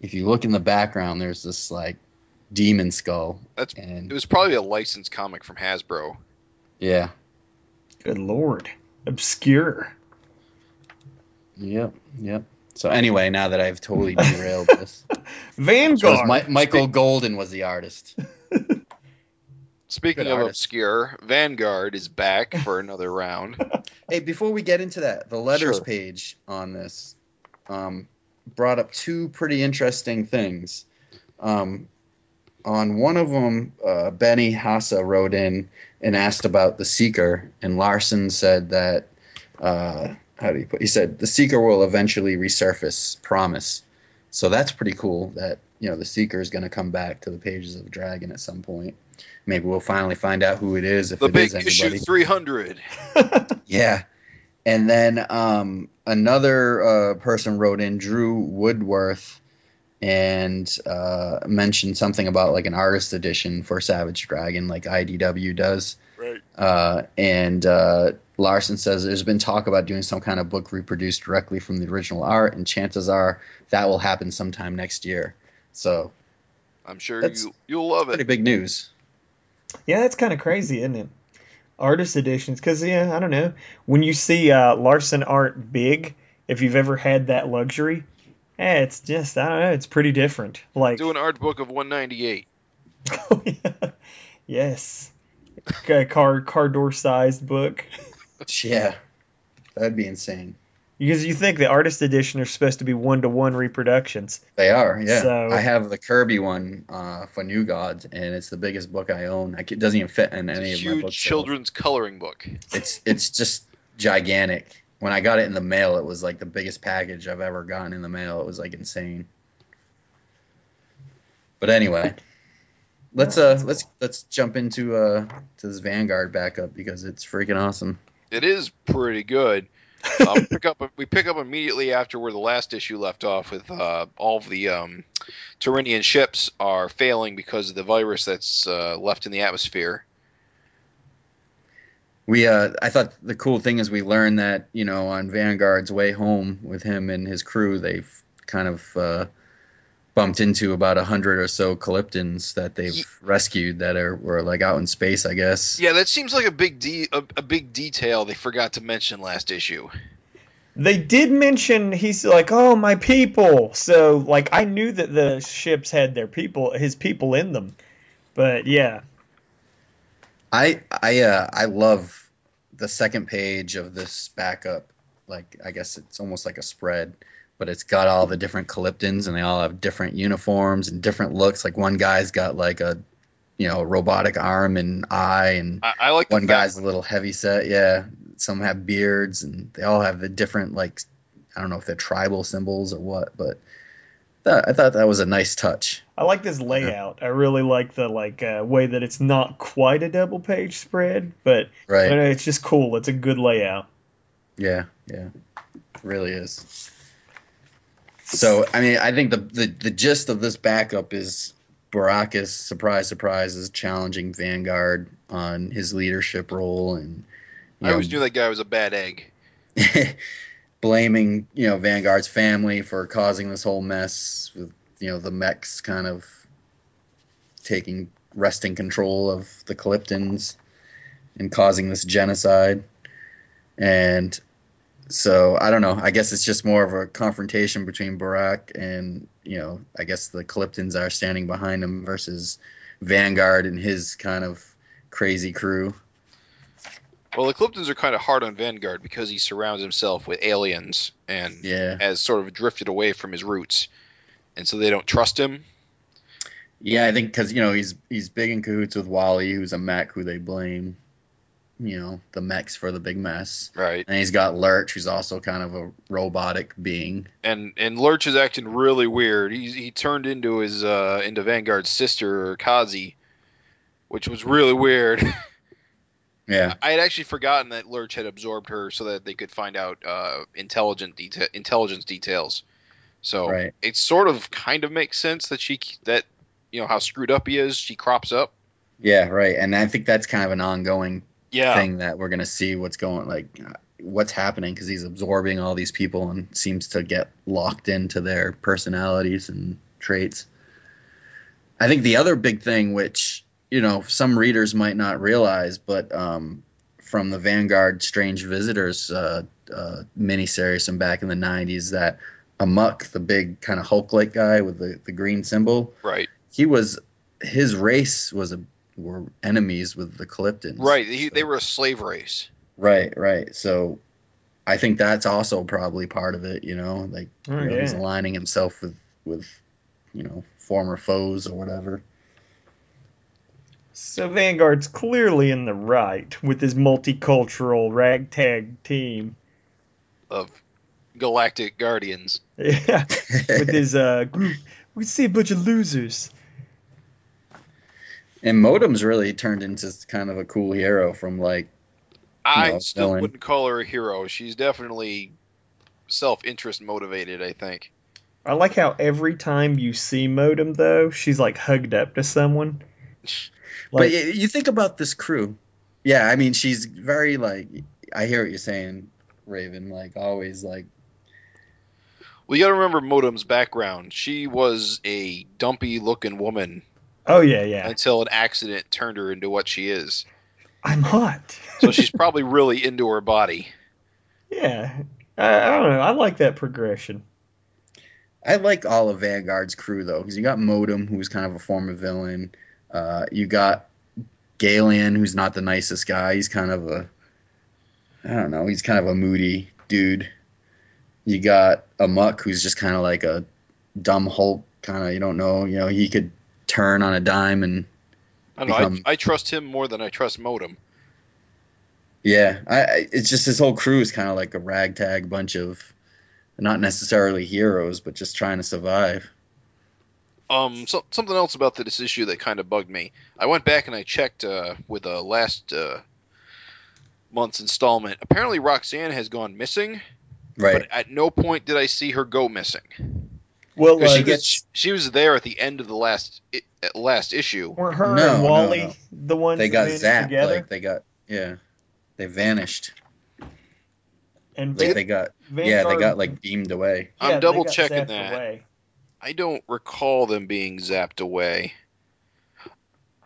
S3: If you look in the background, there's this like demon skull,
S1: That's it
S3: and
S1: was probably a licensed comic from Hasbro.
S3: yeah,
S4: Good lord, obscure.
S3: yep, yep. So anyway, now that I've totally
S4: (laughs)
S3: derailed this, It was
S4: Vanguard.
S3: Mi- Michael Golden was the artist.
S1: Speaking
S3: Good
S1: of
S3: artist.
S1: obscure, Vanguard is back
S3: (laughs)
S1: for another round.
S3: Hey, before we get into that, the letters
S1: Sure.
S3: page on this um, brought up two pretty interesting things. Um, on one of them, uh, Benny Hassa wrote in and asked about the Seeker, and Larson said that uh, how do you put? He said the Seeker will eventually resurface, promise. So that's pretty cool that you know the Seeker is going to come back to the pages of Dragon at some point. Maybe we'll finally find out who it is if
S1: The
S3: it is
S1: big
S3: anybody.
S1: issue 300.
S4: (laughs)
S3: Yeah. And then um, another uh, person wrote in, Drew Woodworth, and uh, mentioned something about like an artist edition for Savage Dragon, like IDW does.
S1: Right.
S3: Uh, and uh, Larson says there's been talk about doing some kind of book reproduced directly from the original art, and chances are that will happen sometime next year. So,
S1: I'm sure
S3: That's-
S1: you you'll love
S3: pretty
S1: it.
S3: big news.
S4: yeah, that's kind of crazy, isn't it? artist editions because yeah, I don't know. When you see uh, Larson art big, if you've ever had that luxury, eh, it's just I don't know. It's pretty different. Like (laughs)
S1: Do an art book of 198.
S4: Oh, yeah. yes, a car car door sized book.
S3: Yeah, that'd be insane.
S4: Because you think the artist edition are supposed to be one to one reproductions.
S3: They are, yeah.
S4: So-
S3: I have the Kirby one uh, for New Gods, and it's the biggest book I own. I, c- it doesn't even fit in
S1: It's a
S3: any of my
S1: huge
S3: books.
S1: children's coloring book.
S3: It's it's just gigantic. When I got it in the mail, it was like the biggest package I've ever gotten in the mail. It was like insane. But anyway, let's uh let's let's jump into uh to this Vanguard backup because it's freaking
S1: (laughs)
S3: awesome.
S1: It is pretty
S3: (laughs)
S1: good. um, pick up, we pick up immediately after where the last issue left off with uh, all of the um, Tyrrhenian ships are failing because of the virus that's uh, left in the atmosphere.
S3: We uh I thought the cool thing is we learned that, you know, on Vanguard's way home with him and his crew, they've kind of uh bumped into about a hundred or so Calyptans that they've
S1: Ye-
S3: rescued that are were like out in space, I guess.
S1: Yeah, that seems like a big de- a, a big detail they forgot to mention last issue.
S4: They did mention he's like, oh my people. So like I knew that the ships had their people, his people in them. But yeah,
S3: I I uh I love the second page of this backup. Like I guess it's almost like a spread, but it's got all the different Calyptans and they all have different uniforms and different looks. Like one guy's got like a you know, robotic arm and eye and
S1: I, I like the
S3: one
S1: fact-
S3: guy's a little heavy set, yeah. Some have beards and they all have the different like I don't know if they're tribal symbols or what, but that, I thought that was a nice touch.
S4: I like this layout. I really like the like uh, way that it's not quite a double page spread, but I don't
S3: Right.
S4: know, it's just cool. It's a good layout.
S3: Yeah, yeah. It really is. So I mean I think the, the, the gist of this backup is Baracus, surprise, surprise, is challenging Vanguard on his leadership role and you
S1: I always
S3: know,
S1: knew that guy was a bad egg.
S3: (laughs) blaming you know Vanguard's family for causing this whole mess with you know the mechs kind of taking wresting control of the Cliptons and causing this genocide and so I don't know I guess it's just more of a confrontation between Barack and you know I guess the Cliptons are standing behind him versus Vanguard and his kind of crazy crew
S1: Well, the Cliptons are kind of hard on Vanguard because he surrounds himself with aliens and
S3: yeah
S1: has sort of drifted away from his roots, and so they don't trust him.
S3: Yeah, I think because you know he's he's big in cahoots with Wally, who's a mech who they blame, you know, the mechs for the big mess,
S1: Right.
S3: and he's got Lurch, who's also kind of a robotic being.
S1: And and Lurch is acting really weird. He's he turned into his uh into Vanguard's sister Kazi, which was really weird. (laughs)
S3: Yeah,
S1: I had actually forgotten that Lurch had absorbed her so that they could find out uh intelligent deta- intelligence details. So
S3: right.
S1: it sort of kind of makes sense that she that you know how screwed up he is. She crops up.
S3: Yeah, right. And I think that's kind of an ongoing
S1: Yeah.
S3: thing that we're gonna see what's going like uh, what's happening because he's absorbing all these people and seems to get locked into their personalities and traits. I think the other big thing, which you know some readers might not realize, but um, from the Vanguard Strange Visitors uh, uh, miniseries from back in the '90s, that Amok, the big kind of Hulk-like guy with the, the green symbol,
S1: Right.
S3: he was his race was a were enemies with the Cliptons.
S1: Right. He, they
S3: So-
S1: were a slave race.
S3: Right, right. So I think that's also probably part of it, you know, like
S4: Oh,
S3: you know, he's
S4: yeah.
S3: aligning himself with with you know, former foes or whatever.
S4: So Vanguard's clearly in the right with his multicultural ragtag team. (laughs)
S1: of Galactic Guardians.
S4: Yeah, with his uh, group. We see a bunch of losers.
S3: (laughs) and Modem's really turned into kind of a cool hero from like
S1: I
S3: No,
S1: still
S3: villain.
S1: wouldn't call her a hero. She's definitely self-interest motivated. I think.
S4: I like how every time you see Modem, though, she's like hugged up to someone.
S3: But
S4: Like,
S3: you, you think about this crew. Yeah, I mean she's very like I hear what you're saying, Raven, like always like
S1: Well, you got to remember Modem's background. She was a dumpy-looking woman
S4: oh yeah, yeah.
S1: until an accident turned her into what she is.
S4: I'm hot.
S1: so
S4: (laughs)
S1: she's probably really into her body.
S4: Yeah, I, I don't know. I like that progression.
S3: I liked all of Vanguard's crew though, because you got Modem, who was kind of a former villain. Uh, you got Galen, who's not the nicest guy. He's kind of a, I don't know, he's kind of a moody dude. You got Amok, who's just kind of like a dumb Hulk, kind of you don't know, you know, he could turn on a dime and
S1: I don't know.
S3: Become-
S1: I, I trust him more than I trust Modem.
S3: Yeah, I, I it's just his whole crew is kind of like a ragtag bunch of not necessarily heroes, but just trying to survive.
S1: Um, so, something else about this issue that kind of bugged me. I went back and I checked uh, with uh, last uh, month's installment. Apparently, Roxanne has gone missing,
S3: Right.
S1: but at no point did I see her go missing.
S4: Well,
S1: 'Cause
S4: uh,
S1: she,
S3: gets-
S1: was, she was there at the end of the last i- at last issue.
S4: were her
S3: No,
S4: and
S3: no,
S4: Wally
S3: no.
S4: the ones
S3: they got
S4: that
S3: zapped.
S4: banded together?
S3: Like they got yeah, they vanished.
S4: and
S3: Like
S4: Van-
S3: they got yeah,
S4: Vanguard,
S3: they got like beamed away.
S1: I'm
S4: yeah, they
S1: double
S4: got
S1: checking
S4: zapped
S1: that.
S4: away.
S1: I don't recall them being zapped away.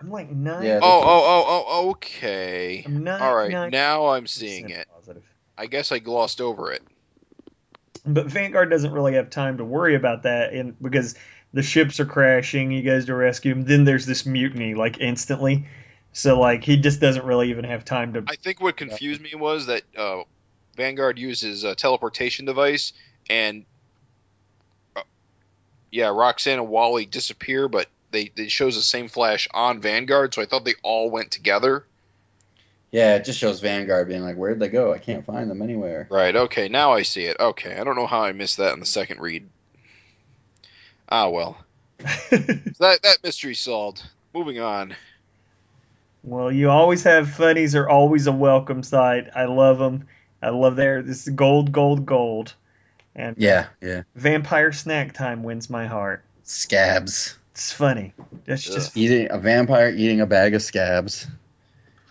S4: I'm like nine.
S3: Yeah, they-
S1: Oh, oh, oh, oh, okay.
S4: I'm nine,
S1: All right,
S4: nine
S1: now I'm seeing it.
S4: Positive.
S1: I guess I glossed over it.
S4: But Vanguard doesn't really have time to worry about that, and because the ships are crashing, he goes to rescue him. Then there's this mutiny, like instantly. So like he just doesn't really even have time to.
S1: I think what confused me was that uh, Vanguard uses a teleportation device, and uh, yeah, Roxanne and Wally disappear, but they it shows the same flash on Vanguard, so I thought they all went together.
S3: Yeah, it just shows Vanguard being like, where'd they go? I can't find them anywhere.
S1: Right. Okay. Now I see it. Okay. I don't know how I missed that in the second read. Ah well. So that that mystery solved. Moving on.
S4: (laughs) well, you always have funnies are always a welcome sight. I love them. I love their this gold, gold, gold, and
S3: Yeah, yeah.
S4: vampire snack time wins my heart.
S3: Scabs.
S4: It's funny. That's
S1: Ugh.
S4: just
S3: Eating a vampire eating a bag of (laughs) scabs.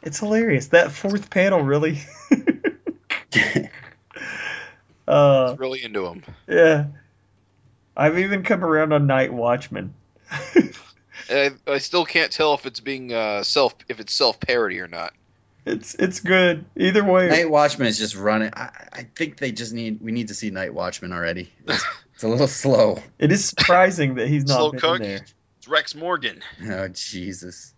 S4: it's hilarious. That fourth panel really. (laughs) uh,
S1: Really into him.
S4: Yeah. I've even come around on Night Watchman. (laughs)
S1: I, I still can't tell if it's being uh, self if it's self parody or not.
S4: it's it's good. Either way.
S3: Night Watchman is just running. I, I think they just need we need to see Night Watchman already. It's, it's a little slow.
S4: it is surprising that he's not
S1: Slow
S4: been
S1: cook.
S4: there.
S1: It's Rex Morgan.
S3: Oh Jesus!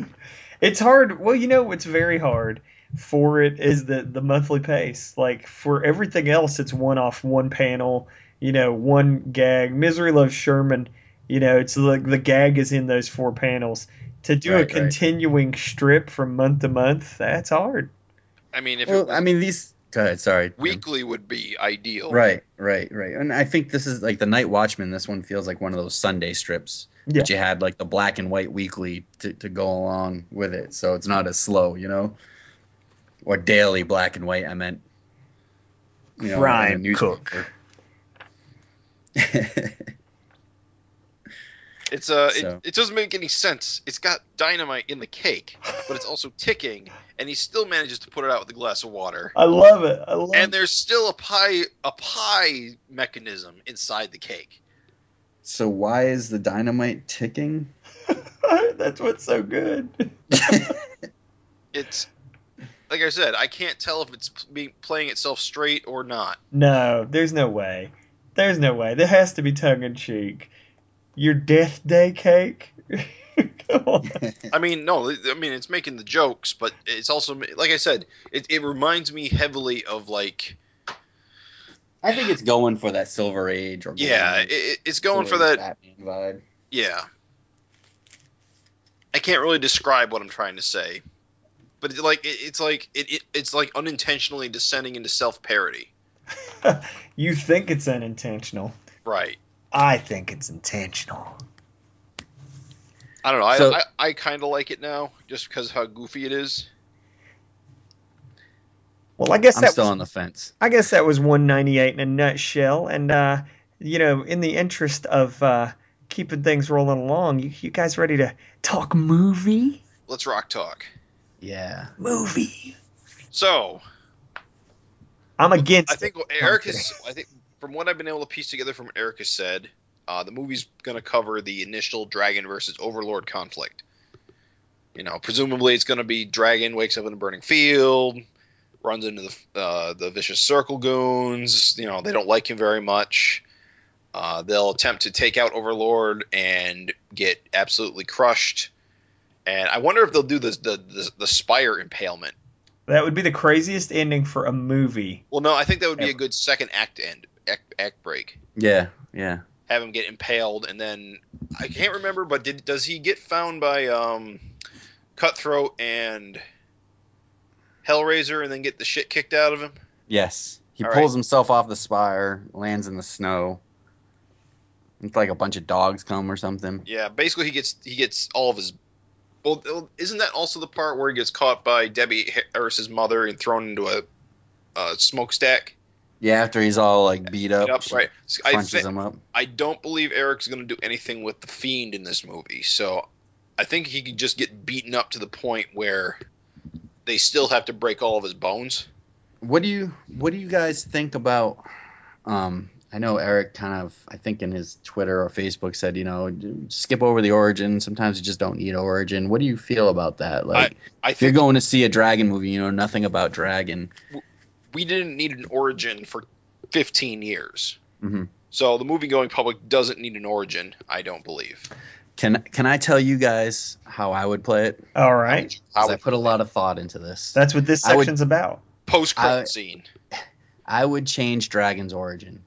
S4: (laughs) it's hard. Well, you know what's very hard for it is the the monthly pace. Like for everything else, it's one off, one panel. You know, one gag. Misery loves Sherman. You know, it's like the gag is in those four panels. To do
S3: Right,
S4: a
S3: right.
S4: continuing strip from month to month, that's hard.
S1: I mean, if it
S3: Well,
S1: was
S3: I mean, these. Go ahead. Sorry. Tim.
S1: weekly would be ideal.
S3: Right, right, right. And I think this is like the Night Watchman. This one feels like one of those Sunday strips
S4: Yeah.
S3: that you had like the black and white weekly to, to go along with it, so it's not as slow, you know. Or daily black and white. I meant. You in the
S4: Prime
S3: newspaper.
S1: It's uh,
S3: So.
S1: it, it doesn't make any sense. It's got dynamite in the cake, but it's also ticking, and he still manages to put it out with a glass of water.
S4: (laughs) I love it. I love
S1: And there's still a pie a pie mechanism inside the cake.
S3: (laughs) so why is the dynamite (laughs) ticking?
S4: (laughs) That's what's
S1: (laughs)
S4: so good.
S1: It's like I said, I can't tell if it's being, playing itself straight or not.
S4: No, there's no way. There's no way. There has to be tongue in cheek. Your death day cake. (laughs) Come (laughs) on.
S1: I mean, no, I mean it's making the jokes, but it's also like I said, it, it reminds me heavily of like
S3: I think it's going for that Silver Age or
S1: yeah, it- it, it's going for that
S3: vibe.
S1: Yeah. I can't really describe what I'm trying to say, but it's like it, it's like it, it it's like unintentionally descending into self parody.
S4: You think it's unintentional.
S1: Right.
S4: I think it's intentional.
S1: I don't know. I
S3: So-
S1: I, I kind of like it now just because how goofy it is.
S4: Well, I guess
S3: I'm
S4: that
S3: still
S4: was,
S3: on the fence.
S4: I guess that was 198 in a nutshell. And uh, you know, in the interest of uh, keeping things rolling along, you, you guys ready to talk movie?
S1: Let's rock talk.
S3: Yeah.
S4: Movie.
S1: So
S4: I'm against.
S1: I think what Eric is. I think from what I've been able to piece together from what Eric has said, uh, the movie's going to cover the initial Dragon versus Overlord conflict. You know, presumably it's going to be Dragon wakes up in a burning field, runs into the uh, the vicious circle goons. You know, they don't like him very much. Uh, they'll attempt to take out Overlord and get absolutely crushed. And I wonder if they'll do this, the, the the spire impalement.
S4: That would be the craziest ending for a movie.
S1: Well, no, I think that would be a good second act end act, act break.
S3: Yeah, yeah.
S1: Have him get impaled, and then I can't remember, but did does he get found by um, Cutthroat and Hellraiser, and then get the shit kicked out of him?
S3: Yes. He
S1: All
S3: pulls
S1: right.
S3: himself off the spire, lands in the snow. It's like a bunch of dogs come or something.
S1: Yeah, basically he gets he gets all of his. Well, isn't that also the part where he gets caught by Debbie Harris's mother and thrown into a, a smokestack?
S3: Yeah, after he's all like beat up,
S1: Yep,
S3: she
S1: right. So I,
S3: punches
S1: thi-
S3: him up.
S1: I don't believe Eric's going to do anything with the fiend in this movie, so I think he could just get beaten up to the point where they still have to break all of his bones.
S3: What do you what do you guys think about um I know Eric kind of I think in his Twitter or Facebook said, you know, skip over the origin. Sometimes you just don't need origin. What do you feel about that? Like
S1: I
S3: if you're
S1: think
S3: going to see a dragon movie, you know nothing about dragon.
S1: we didn't need an origin for 15 years.
S3: Mhm.
S1: So the movie going public doesn't need an origin, I don't believe.
S3: Can can I tell you guys how I would play it?
S4: All right.
S3: 'Cause
S1: I
S3: I
S1: would
S3: put a lot of thought into this.
S4: That's what this
S3: I would-
S4: section's about.
S1: post
S3: I-
S1: credit scene.
S3: I would change Dragon's origin.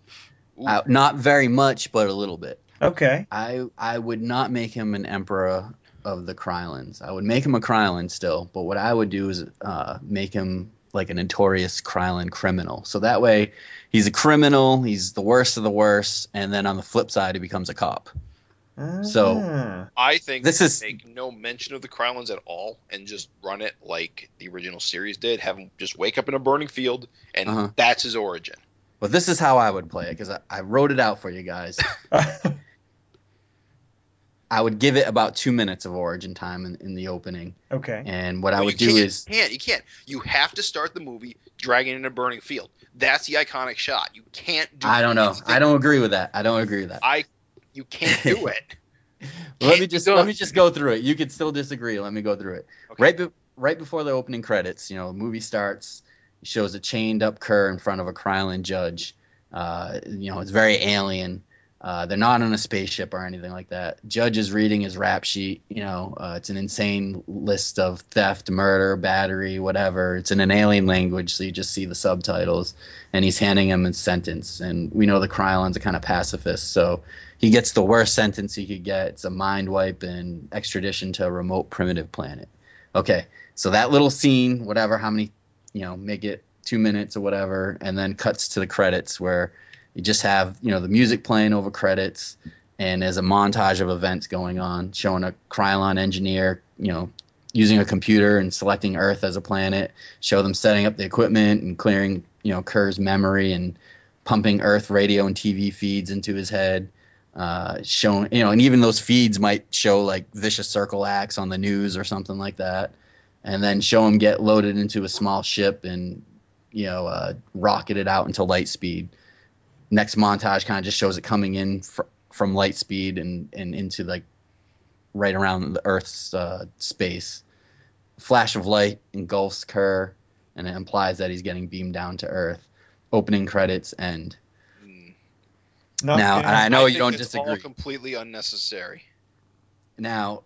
S1: Ooh.
S3: Uh, not very much, but a little bit.
S4: Okay.
S3: I I would not make him an emperor of the Krylons. I would make him a Krylon still, but what I would do is uh, make him like a notorious Krylon criminal. So that way, he's a criminal. He's the worst of the worst, and then on the flip side, he becomes a cop. So-
S4: Ah.
S1: I think
S3: This
S1: they
S3: is-
S1: make no mention of the Krylons at all and just run it like the original series did. Have him just wake up in a burning field, and
S3: Uh-huh.
S1: that's his origin.
S3: But this is how I would play it because I, I wrote it out for you
S1: (laughs)
S3: guys.
S4: Ah.
S3: I would give it about two minutes of origin time in, in the opening,
S4: (laughs) okay.
S3: and what I
S1: Well,
S3: would
S1: you
S3: do
S1: can't,
S3: is
S1: you can't you can't you have to start the movie dragging in a burning field. That's the iconic shot. You can't do.
S3: I don't know.
S1: anything-
S3: I don't agree with that. I don't agree with that.
S1: I you can't
S3: (laughs)
S1: do it.
S3: let me
S1: Can't
S3: just
S1: do
S3: let
S1: it.
S3: me just go through it. You could still disagree. Let me go through it.
S1: Okay.
S3: Right, be- right before the opening credits, you know, the movie starts. It shows a chained up cur in front of a Krylon judge. Uh, you know, it's very alien. Uh, they're not on a spaceship or anything like that. Judge is reading his rap sheet. You know, uh, it's an insane list of theft, murder, battery, whatever. It's in an alien language, so you just see the subtitles. And he's handing him his sentence. And we know the Krylons are kind of pacifists, so he gets the worst sentence he could get. It's a mind wipe and extradition to a remote primitive planet. Okay, so that little scene, whatever, how many, you know, make it two minutes or whatever, and then cuts to the credits where you just have, you know, the music playing over credits, and there's a montage of events going on, showing a Krylon engineer, you know, using a computer and selecting Earth as a planet, show them setting up the equipment and clearing, you know, Kerr's memory and pumping Earth radio and TV feeds into his head uh, showing, you know, and even those feeds might show like vicious circle acts on the news or something like that, and then show him get loaded into a small ship and you know uh, rocketed out into light speed. Next montage kind of just shows it coming in fr- from light speed and and into like right around the Earth's uh, space. Flash of light engulfs Kerr, and it implies that he's getting beamed down to Earth. Opening credits end.
S1: Mm.
S4: Not
S3: Now,
S4: good.
S3: and I know you
S1: think
S3: don't
S1: it's All
S3: disagree.
S1: completely unnecessary.
S3: now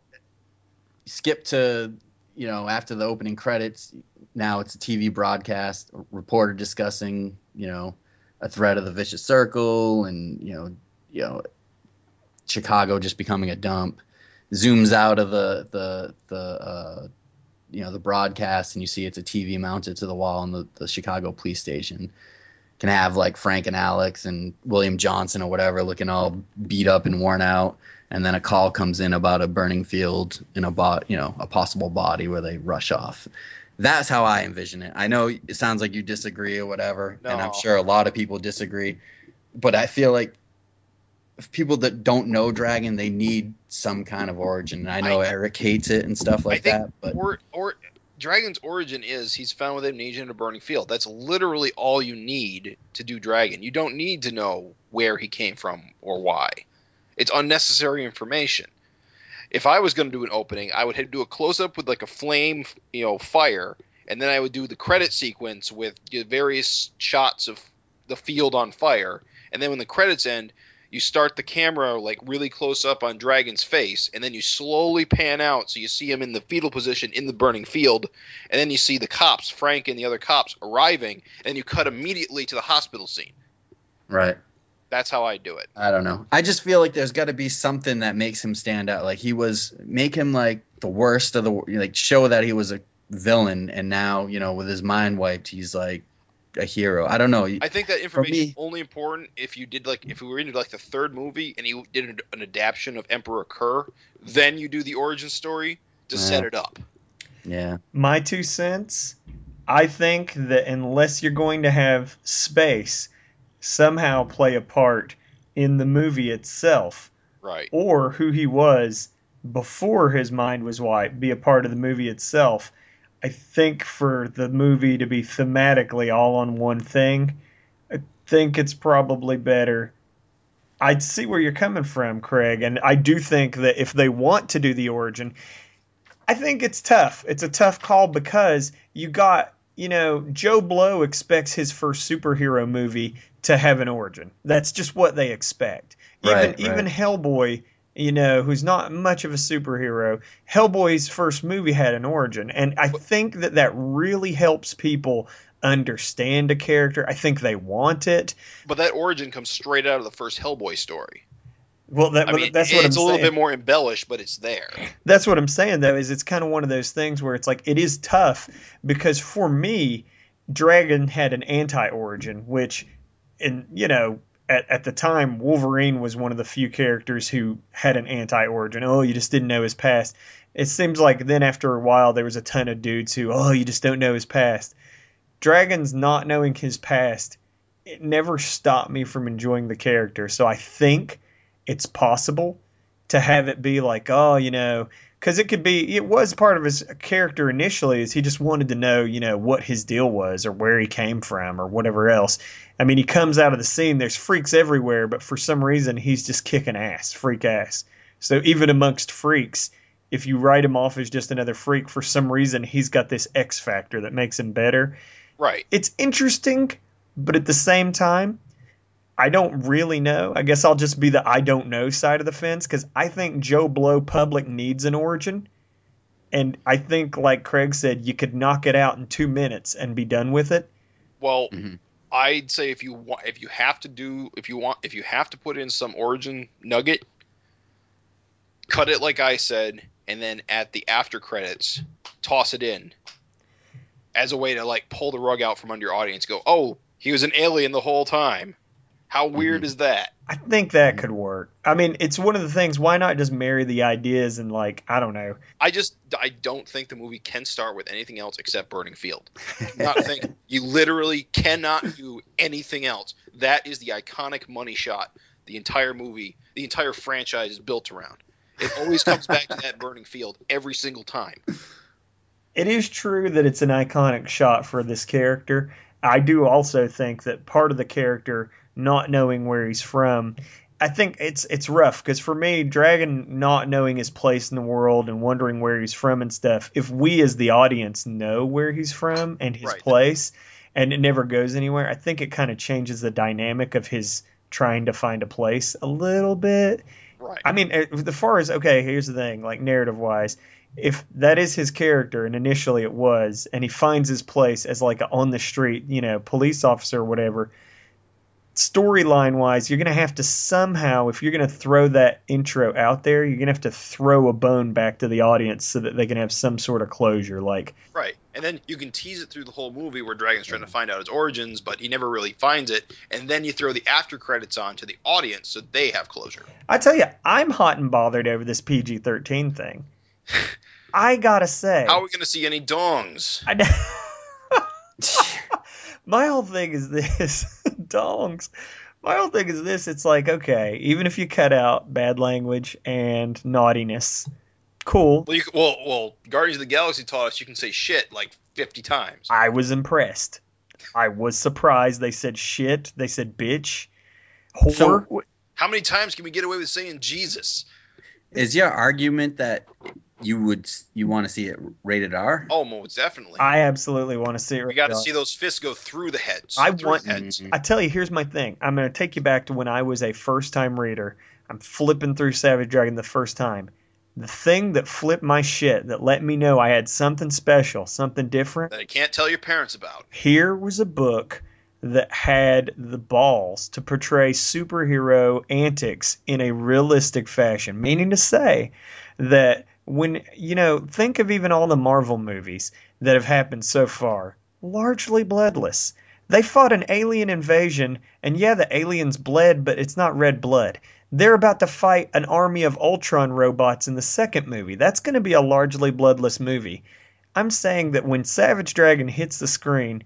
S3: skip to you know after the opening credits now it's a tv broadcast a reporter discussing you know a threat of the vicious circle and you know you know chicago just becoming a dump zooms out of the the the uh you know the broadcast and you see it's a tv mounted to the wall in the, the chicago police station can have like frank and alex and william johnson or whatever looking all beat up and worn out and then a call comes in about a burning field and a bot, you know, a possible body where they rush off. That's how I envision it. I know it sounds like you disagree or whatever, and I'm
S1: No.
S3: sure a lot of people disagree, but I feel like if people that don't know Dragon, they need some kind of origin. And I know Eric hates it and stuff like
S1: I think
S3: that, but
S1: or or Dragon's origin is he's found with amnesia in a burning field. That's literally all you need to do Dragon. You don't need to know where he came from or why. It's unnecessary information. if I was going to do an opening, I would do a close up with like a flame, you know, fire, and then I would do the credit sequence with the various shots of the field on fire, and then when the credits end, you start the camera like really close up on Dragon's face, and then you slowly pan out so you see him in the fetal position in the burning field, and then you see the cops, Frank and the other cops, arriving, and you cut immediately to the hospital scene.
S3: Right.
S1: That's how I do it.
S3: I don't know. I just feel like there's got to be something that makes him stand out. Like he was make him like the worst of the like show that he was a villain, and now you know with his mind wiped, he's like a hero. I don't know.
S1: I think that information is only important if you did like if we were into like the third movie and you did an, an adaptation of Emperor Kerr, then you do the origin story to
S3: Yeah.
S1: set it up. (laughs)
S3: yeah.
S4: my two cents i think that unless you're going to have space somehow play a part in the movie itself
S1: Right.
S4: or who he was before his mind was wiped be a part of the movie itself i think for the movie to be thematically all on one thing i think it's probably better i see where you're coming from craig and i do think that if they want to do the origin I think it's tough. It's a tough call because you got, you know, Joe Blow expects his first superhero movie to have an origin. That's just what they expect. Even
S3: Right, right.
S4: even Hellboy, you know, who's not much of a superhero, Hellboy's first movie had an origin, and I think that that really helps people understand a character. I think they want it.
S1: But that origin comes straight out of the first Hellboy story.
S4: Well, that,
S1: I mean,
S4: that's what
S1: it's
S4: I'm
S1: a little
S4: saying.
S1: bit more embellished, but it's there.
S4: that's what I'm saying though is it's kind of one of those things where it's like it is tough because for me Dragon had an anti-origin which and you know at, at the time Wolverine was one of the few characters who had an anti-origin oh you just didn't know his past it seems like then after a while there was a ton of dudes who oh you just don't know his past Dragon's not knowing his past it never stopped me from enjoying the character so I think it's possible to have it be like, oh, you know, because it could be, it was part of his character initially, is he just wanted to know, you know, what his deal was or where he came from or whatever else. I mean, he comes out of the scene, there's freaks everywhere, but for some reason, he's just kicking ass, freak ass. So even amongst freaks, if you write him off as just another freak, for some reason, he's got this X factor that makes him better
S1: Right.
S4: it's interesting, but at the same time, I don't really know. I guess I'll just be the I don't know side of the fence because I think Joe Blow Public needs an origin. And I think, like Craig said, you could knock it out in two minutes and be done with it.
S1: Well,
S3: Mhm.
S1: I'd say if you want, if you have to do, if you want, if you have to put in some origin nugget, cut it like I said, and then at the after credits, toss it in as a way to like pull the rug out from under your audience. Go, oh, he was an alien the whole time. How weird is that?
S4: I think that could work. I mean, it's one of the things. Why not just marry the ideas and, like, I don't know.
S1: I just I don't think the movie can start with anything else except Burning Field. I do
S3: (laughs)
S1: not think you literally cannot do anything else. That is the iconic money shot. The entire movie, the entire franchise is built around. It always comes back to that burning field every single time.
S4: it is true that it's an iconic shot for this character. I do also think that part of the character not knowing where he's from, I think it's it's rough because for me, Dragon not knowing his place in the world and wondering where he's from and stuff. If we as the audience know where he's from and his
S1: Right.
S4: place, and it never goes anywhere, I think it kind of changes the dynamic of his trying to find a place a little bit.
S1: Right.
S4: I mean, uh, the far as okay, here's the thing, like narrative wise, if that is his character, and initially it was, and he finds his place as like a on the street, you know, police officer or whatever. Storyline wise, you're gonna have to somehow, if you're gonna throw that intro out there, you're gonna have to throw a bone back to the audience so that they can have some sort of closure. Like,
S1: Right. And then you can tease it through the whole movie where Dragon's trying to find out his origins, but he never really finds it. And then you throw the after credits on to the audience so they have closure.
S4: I tell you, I'm hot and bothered over this PG-13
S1: (laughs)
S4: thing. I gotta say,
S1: How are we going to see any dongs?
S4: I (laughs) My whole thing is this (laughs) dongs. My whole thing is this. It's like okay, even if you cut out bad language and naughtiness, cool.
S1: Well, you, c- well, well, Guardians of the Galaxy taught us you can say shit like 50 times.
S4: I was impressed. I was surprised. They said shit. They said bitch, whore.
S1: How many times can we get away with saying Jesus?
S3: is your argument that you would you want to see it rated R?
S1: Oh, most definitely.
S4: I absolutely want to see it.
S1: we got to
S4: rated R.
S1: see those fists go through the heads.
S4: I
S1: through
S4: want-
S1: the heads.
S3: Mhm.
S4: I tell you, here's my thing. I'm going to take you back to when I was a first time reader. I'm flipping through Savage Dragon the first time. The thing that flipped my shit, that let me know I had something special, something different,
S1: that I can't tell your parents about.
S4: here was a book that had the balls to portray superhero antics in a realistic fashion, meaning to say that when, you know, think of even all the Marvel movies that have happened so far, largely bloodless. They fought an alien invasion, and yeah, the aliens bled, but it's not red blood. They're about to fight an army of Ultron robots in the second movie. That's going to be a largely bloodless movie. I'm saying that when Savage Dragon hits the screen,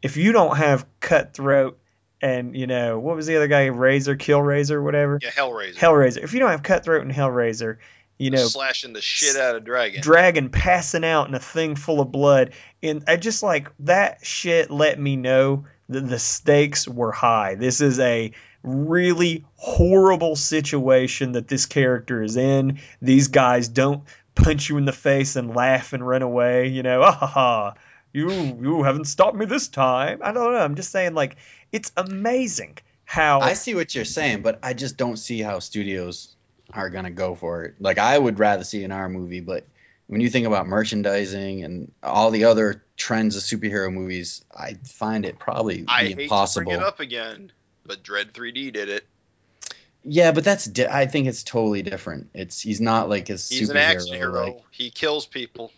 S4: if you don't have Cutthroat and you know what was the other guy, Razor, Kill Razor, whatever,
S1: Yeah, Hellraiser.
S4: Hellraiser. If you don't have Cutthroat and Hellraiser, you know
S1: slashing the shit out of Dragon.
S4: dragon passing out in a thing full of blood and i just like that shit let me know that the stakes were high this is a really horrible situation that this character is in these guys don't punch you in the face and laugh and run away you know (laughs) ah ha ha you you haven't stopped me this time i don't know i'm just saying like it's amazing how (laughs)
S3: I see what you're saying, but I just don't see how studios are gonna go for it. Like I would rather see an R movie, but when you think about merchandising and all the other trends of superhero movies, I find it probably
S1: I hate
S3: impossible.
S1: to bring it up again, but Dread 3D did it.
S3: Yeah, but that's di- I think it's totally different. It's he's not like his
S1: He's
S3: superhero.
S1: an action hero.
S3: like-
S1: he kills people.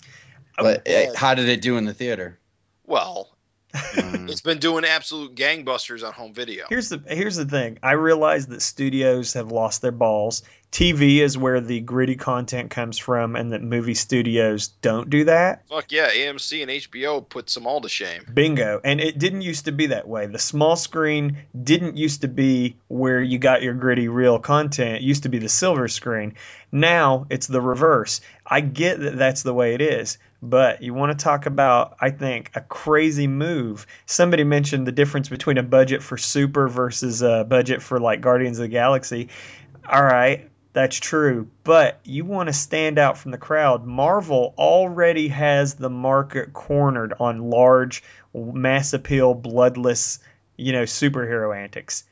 S4: (laughs)
S3: but
S1: Yeah.
S3: it- how did it do in the
S1: (laughs)
S3: theater?
S1: Well,
S3: Um,
S1: it's been doing absolute gangbusters on home video.
S4: Here's the here's the thing. I realize that studios have lost their balls. TV is where the gritty content comes from, and that movie studios don't do that.
S1: Fuck yeah, AMC and HBO put some all to shame.
S4: Bingo. And it didn't used to be that way. The small screen didn't used to be where you got your gritty real content. It used to be the silver screen. Now it's the reverse. I get that that's the way it is. But you want to talk about, I think, a crazy move. Somebody mentioned the difference between a budget for Super versus a budget for like Guardians of the Galaxy. All right, that's true. But you want to stand out from the crowd. Marvel already has the market cornered on large, mass appeal, bloodless, you know, superhero antics.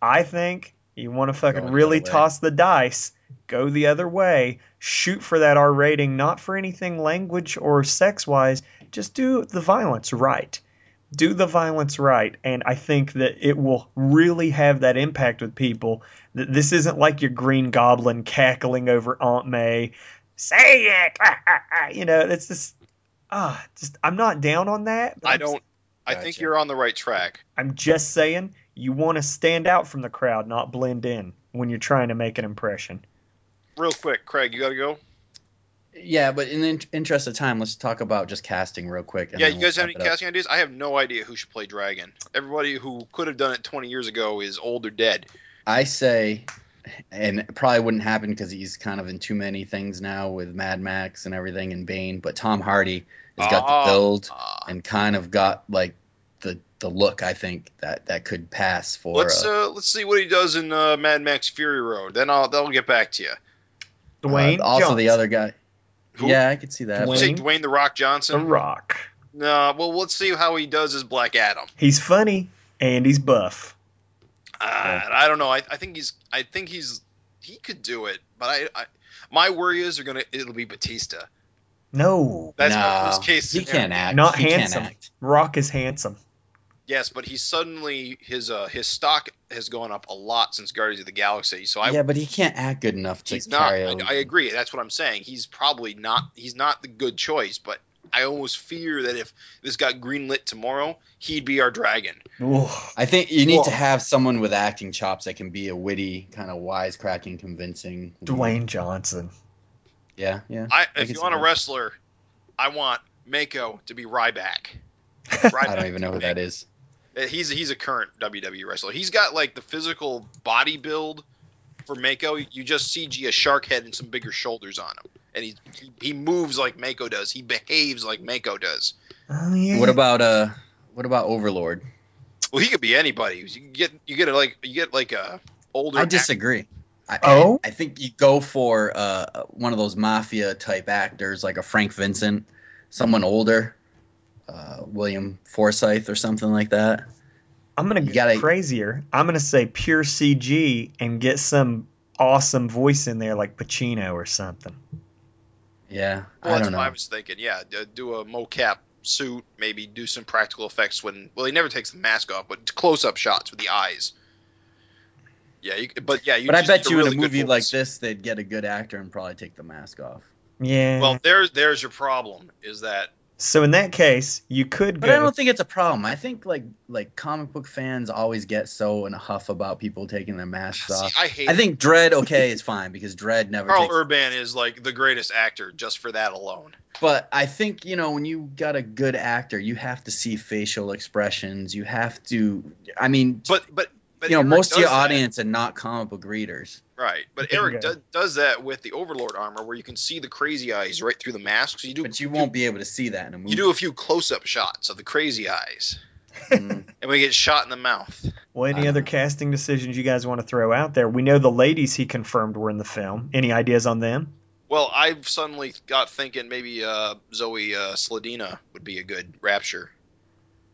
S4: I think you want to fucking
S3: Going the
S4: really
S3: other way.
S4: toss the dice, go the other way, shoot for that R rating, not for anything language or sex wise. Just do the violence right do the violence right, and I think that it will really have that impact with people. That this isn't like your Green Goblin cackling over Aunt May, say it, (laughs) ah, ah, ah," you know. It's just ah, just I'm not down on that. but
S1: I
S4: I'm-
S1: don't. I think
S3: Gotcha.
S1: you're on the right track.
S4: I'm just saying you want to stand out from the crowd, not blend in when you're trying to make an impression.
S1: Real quick, Craig, you gotta go.
S3: yeah, but in the in- interest of time, let's talk about just casting real quick. and
S1: yeah,
S3: then
S1: you
S3: we'll
S1: guys have
S3: wrap
S1: any
S3: it up.
S1: casting ideas? I have no idea who should play Dragon. Everybody who could have done it 20 years ago is old or dead.
S3: I say, and it probably wouldn't happen because he's kind of in too many things now with Mad Max and everything and Bane. But Tom Hardy has got
S1: Ah.
S3: the build
S1: Ah.
S3: and kind of got like the the look. I think that that could pass for.
S1: let's
S3: uh,
S1: uh, let's see what he does in uh, Mad Max Fury Road. Then I'll then I'll get back to you.
S4: Dwayne
S3: uh, also the
S4: Johnson,
S3: other guy.
S1: Who?
S3: Yeah, I could see that.
S1: You
S4: Dwayne-
S1: say Dwayne the Rock
S4: The
S1: Johnson.
S4: Rock.
S1: No, well, let's see how he does as Black Adam.
S4: He's funny and he's buff.
S1: Uh, I don't know. I, I think he's. I think he's. He could do it, but I. I my worry is they're gonna. It'll be Batista.
S4: No,
S1: That's
S3: no,
S1: my worst case.
S3: He
S1: scenario.
S3: can't act.
S4: Not
S3: he
S4: handsome.
S3: Can't act.
S4: Rock is handsome.
S1: Yes, but he suddenly his uh his stock has gone up a lot since Guardians of the Galaxy. So I.
S3: yeah, but he can't act good enough to
S1: he's not.
S3: carry.
S1: I,
S3: over.
S1: I agree. That's what I'm saying. He's probably not. He's not the good choice, but. I almost fear that if this got greenlit tomorrow, he'd be our dragon.
S4: Oof.
S3: I think you need to
S4: Whoa.
S3: have someone with acting chops that can be a witty, kind of wisecracking, convincing.
S4: Dwayne Johnson.
S3: Yeah, yeah.
S1: I,
S3: I
S1: if
S3: can
S1: you
S3: see
S1: want a
S3: that.
S1: wrestler, I want Mako to be Ryback.
S4: (laughs)
S3: I don't even know who that is.
S1: is. He's he's a current WWE wrestler. He's got like the physical body build for Mako. You just CG a shark head and some bigger shoulders on him, and he he, he moves like Mako does. He behaves like Mako does.
S4: Oh, yeah.
S1: Mm-hmm.
S3: What about uh? What about Overlord?
S1: Well, he could be anybody. You get you get like you get like a older.
S3: I
S1: act-
S3: disagree. I,
S4: Oh?
S3: I think you go for uh, one of those mafia type actors, like a Frank Vincent, someone older, uh, William Forsythe or something like that.
S4: I'm gonna
S3: You
S4: get
S3: gotta-
S4: crazier. I'm gonna say pure CG and get some awesome voice in there like Pacino or something.
S3: Yeah,
S1: Well,
S3: I
S1: that's
S3: don't know.
S1: what I was thinking. Yeah, d- do a mocap suit, maybe do some practical effects when. Well, he never takes the mask off, but close-up shots with the eyes. Yeah, you, but yeah, you.
S3: but I
S1: just
S3: bet
S1: need
S3: you in
S1: really
S3: a
S1: good
S3: movie
S1: voice.
S3: like this, they'd get a good actor and probably take the mask off.
S4: Yeah.
S1: Well, there's there's your problem. Is
S3: (sighs)
S1: that
S4: so in that case, you could
S3: But
S4: go.
S3: I don't think it's a problem. I think like like comic book fans always get so in a huff about people taking their masks
S1: see,
S3: off.
S1: I hate.
S3: I think Dread okay is fine because Dread never.
S1: Carl
S3: takes,
S1: Urban is like the greatest actor just for that alone.
S3: but I think you know when you got a good actor, you have to see facial expressions. You have to. I mean,
S1: But but but
S3: you know,
S1: Eric
S3: most of your
S1: does that.
S3: audience are not comic book readers.
S1: right? But
S4: Bingo.
S1: Eric do, does that with the Overlord armor, where you can see the crazy eyes right through the mask. So you do
S3: But you won't be able to see that in a movie.
S1: you
S3: (laughs)
S1: do a few close-up shots of the crazy eyes,
S3: Mm.
S1: and we get shot in the mouth.
S4: well, any
S3: I
S4: other
S3: don't know.
S4: casting decisions you guys want to throw out there? We know the ladies he confirmed were in the film. Any ideas on them?
S1: Well, I've suddenly got thinking maybe uh, Zoe uh, Sladina would be a good rapture.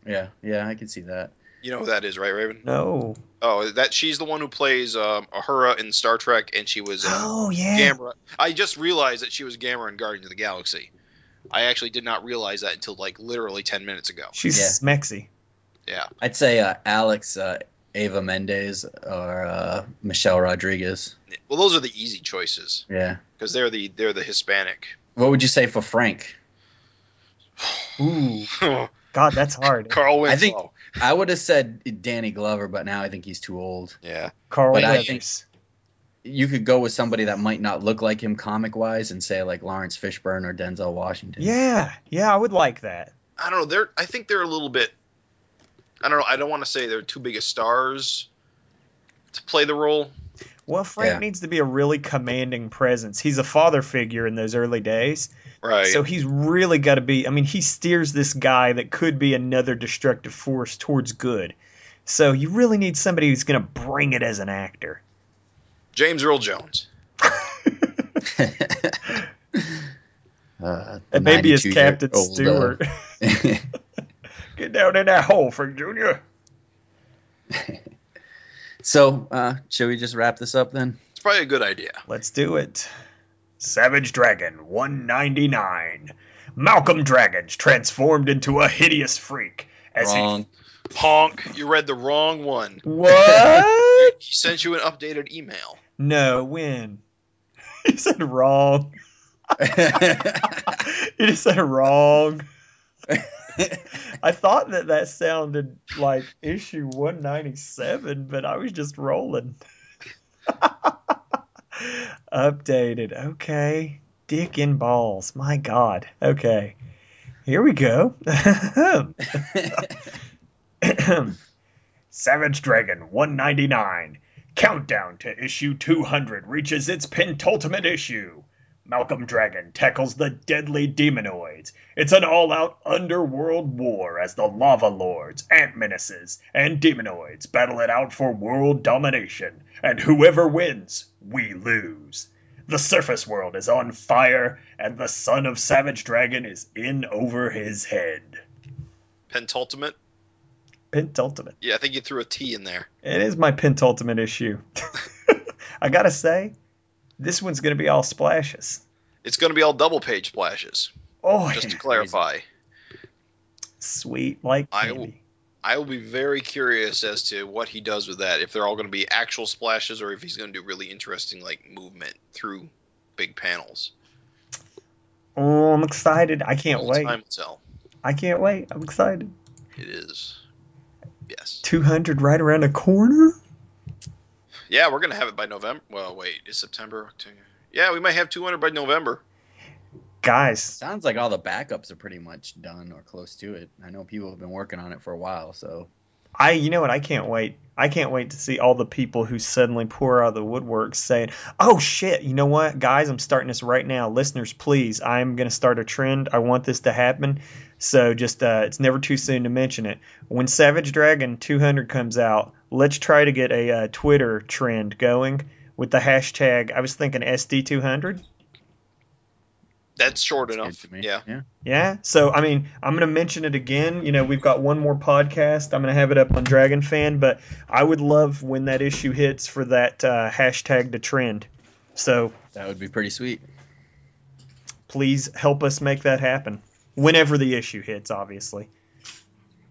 S3: yeah, yeah, I can see that.
S1: You know who that is, right, Raven?
S4: No.
S1: Oh, that she's the one who plays um, Ahura in Star Trek, and she was uh,
S4: Oh yeah.
S1: Gamera. I just realized that she was Gamera in Guardians of the Galaxy. I actually did not realize that until like literally ten minutes ago.
S4: She's
S3: Yeah.
S4: smexy.
S3: I'd say uh, Alex, uh, Ava Mendes, or uh, Michelle Rodriguez.
S1: Well, those are the easy choices
S3: Yeah.
S1: because they're the they're the Hispanic.
S3: What would you say for Frank?
S1: (laughs)
S4: Ooh. God, that's hard.
S1: Carl Winslow.
S3: I think- I would have said Danny Glover, but now I think he's too old.
S1: yeah.
S4: Carl
S3: But I
S4: Weathers.
S3: You could go with somebody that might not look like him comic wise and say like Lawrence Fishburne or Denzel Washington.
S4: Yeah, yeah, I would like that.
S1: I don't know. They're I think they're a little bit. I don't know. I don't want to say they're too big of stars to play the role.
S4: Well, Frank
S3: Yeah.
S4: needs to be a really commanding presence. He's a father figure in those early days.
S1: Right.
S4: So he's really got to be. I mean, he steers this guy that could be another destructive force towards good. So you really need somebody who's going to bring it as an actor.
S1: James Earl Jones.
S3: (laughs) uh,
S4: And maybe as Captain
S3: oh,
S4: Stewart. Get down in that hole, Frank Jr.
S3: (laughs) so, uh, should we just wrap this up then?
S1: It's probably a good idea.
S4: Let's do it. Savage Dragon 199. Malcolm Dragons transformed into a hideous freak. As he- (laughs)
S3: Wrong.
S1: Honk. You read the wrong one.
S4: What?
S1: (laughs) He sent you an updated email.
S4: No, (laughs) when? He said wrong. (laughs) He just said wrong. I thought that that sounded like issue 197, but I was just rolling. (laughs) Updated. Okay. Dick and balls. My God. Okay. Here we go. (laughs) (clears throat) Savage Dragon 199. Countdown to issue 200 reaches its penultimate issue. Malcolm Dragon tackles the deadly demonoids. It's an all out underworld war as the Lava Lords, Ant Menaces, and Demonoids battle it out for world domination, and whoever wins, we lose. The surface world is on fire, and the son of Savage Dragon is in over his head.
S1: Pentultimate.
S4: Pentultimate.
S1: Yeah, I think you threw a T in there.
S4: It is my pentultimate issue. (laughs) I gotta say, this one's gonna be all splashes.
S1: It's going to be all double page splashes.
S4: Oh,
S1: Just to
S4: yeah.
S1: clarify,
S4: sweet like
S1: I
S4: candy.
S1: will- I will be very curious as to what he does with that. If they're all going to be actual splashes, or if he's going to do really interesting like movement through big panels.
S4: Oh, I'm excited. I can't
S1: Only
S4: wait.
S1: Time will tell.
S4: I can't wait. I'm excited.
S1: It is. Yes.
S4: 200 right around the corner.
S1: Yeah, we're gonna have it by November. Well, wait, it's September, October. Yeah, we might have 200 by November.
S3: (laughs)
S4: Guys,
S3: Sounds like all the backups are pretty much done or close to it. I know people have been working on it for a while, so
S4: I you know what? I can't wait. I can't wait to see all the people who suddenly pour out of the woodwork saying, "Oh shit, you know what? Guys, I'm starting this right now. Listeners, please, I'm going to start a trend. I want this to happen." So just uh, it's never too soon to mention it. When Savage Dragon 200 comes out, let's try to get a uh, Twitter trend going with the hashtag. I was thinking SD200.
S1: That's short
S3: Good
S1: enough.
S3: to me.
S1: Yeah.
S3: yeah.
S4: Yeah. So I mean, I'm gonna mention it again. You know, we've got one more podcast. I'm gonna have it up on Dragon Fan, but I would love when that issue hits for that uh, hashtag to trend. So
S3: That would be pretty sweet.
S4: please help us make that happen whenever the issue hits. Obviously. (laughs)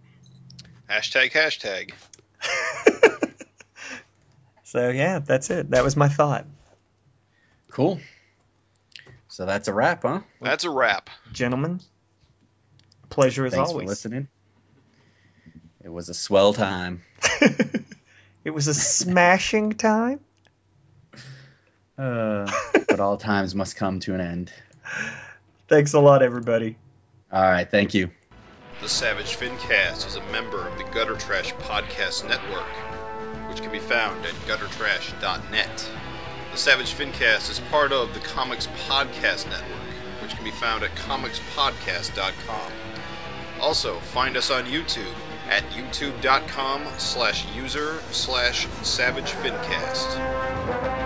S1: Hashtag hashtag.
S4: So yeah, that's it. That was my thought.
S3: Cool. So that's a wrap, huh?
S1: That's a wrap.
S4: gentlemen. Pleasure as
S3: Thanks for
S4: always.
S3: listening. It was a swell time.
S4: (laughs) it was a smashing time.
S3: Uh, (laughs)
S4: (laughs)
S3: but all times must come to an end.
S4: Thanks a lot, everybody.
S3: All right. Thank you.
S1: The Savage Fincast is a member of the Gutter Trash Podcast Network, which can be found at guttertrash.net. The Savage Fincast is part of the Comics Podcast Network, which can be found at comicspodcast.com. Also, find us on YouTube at youtube.com slash user slash savage fincast.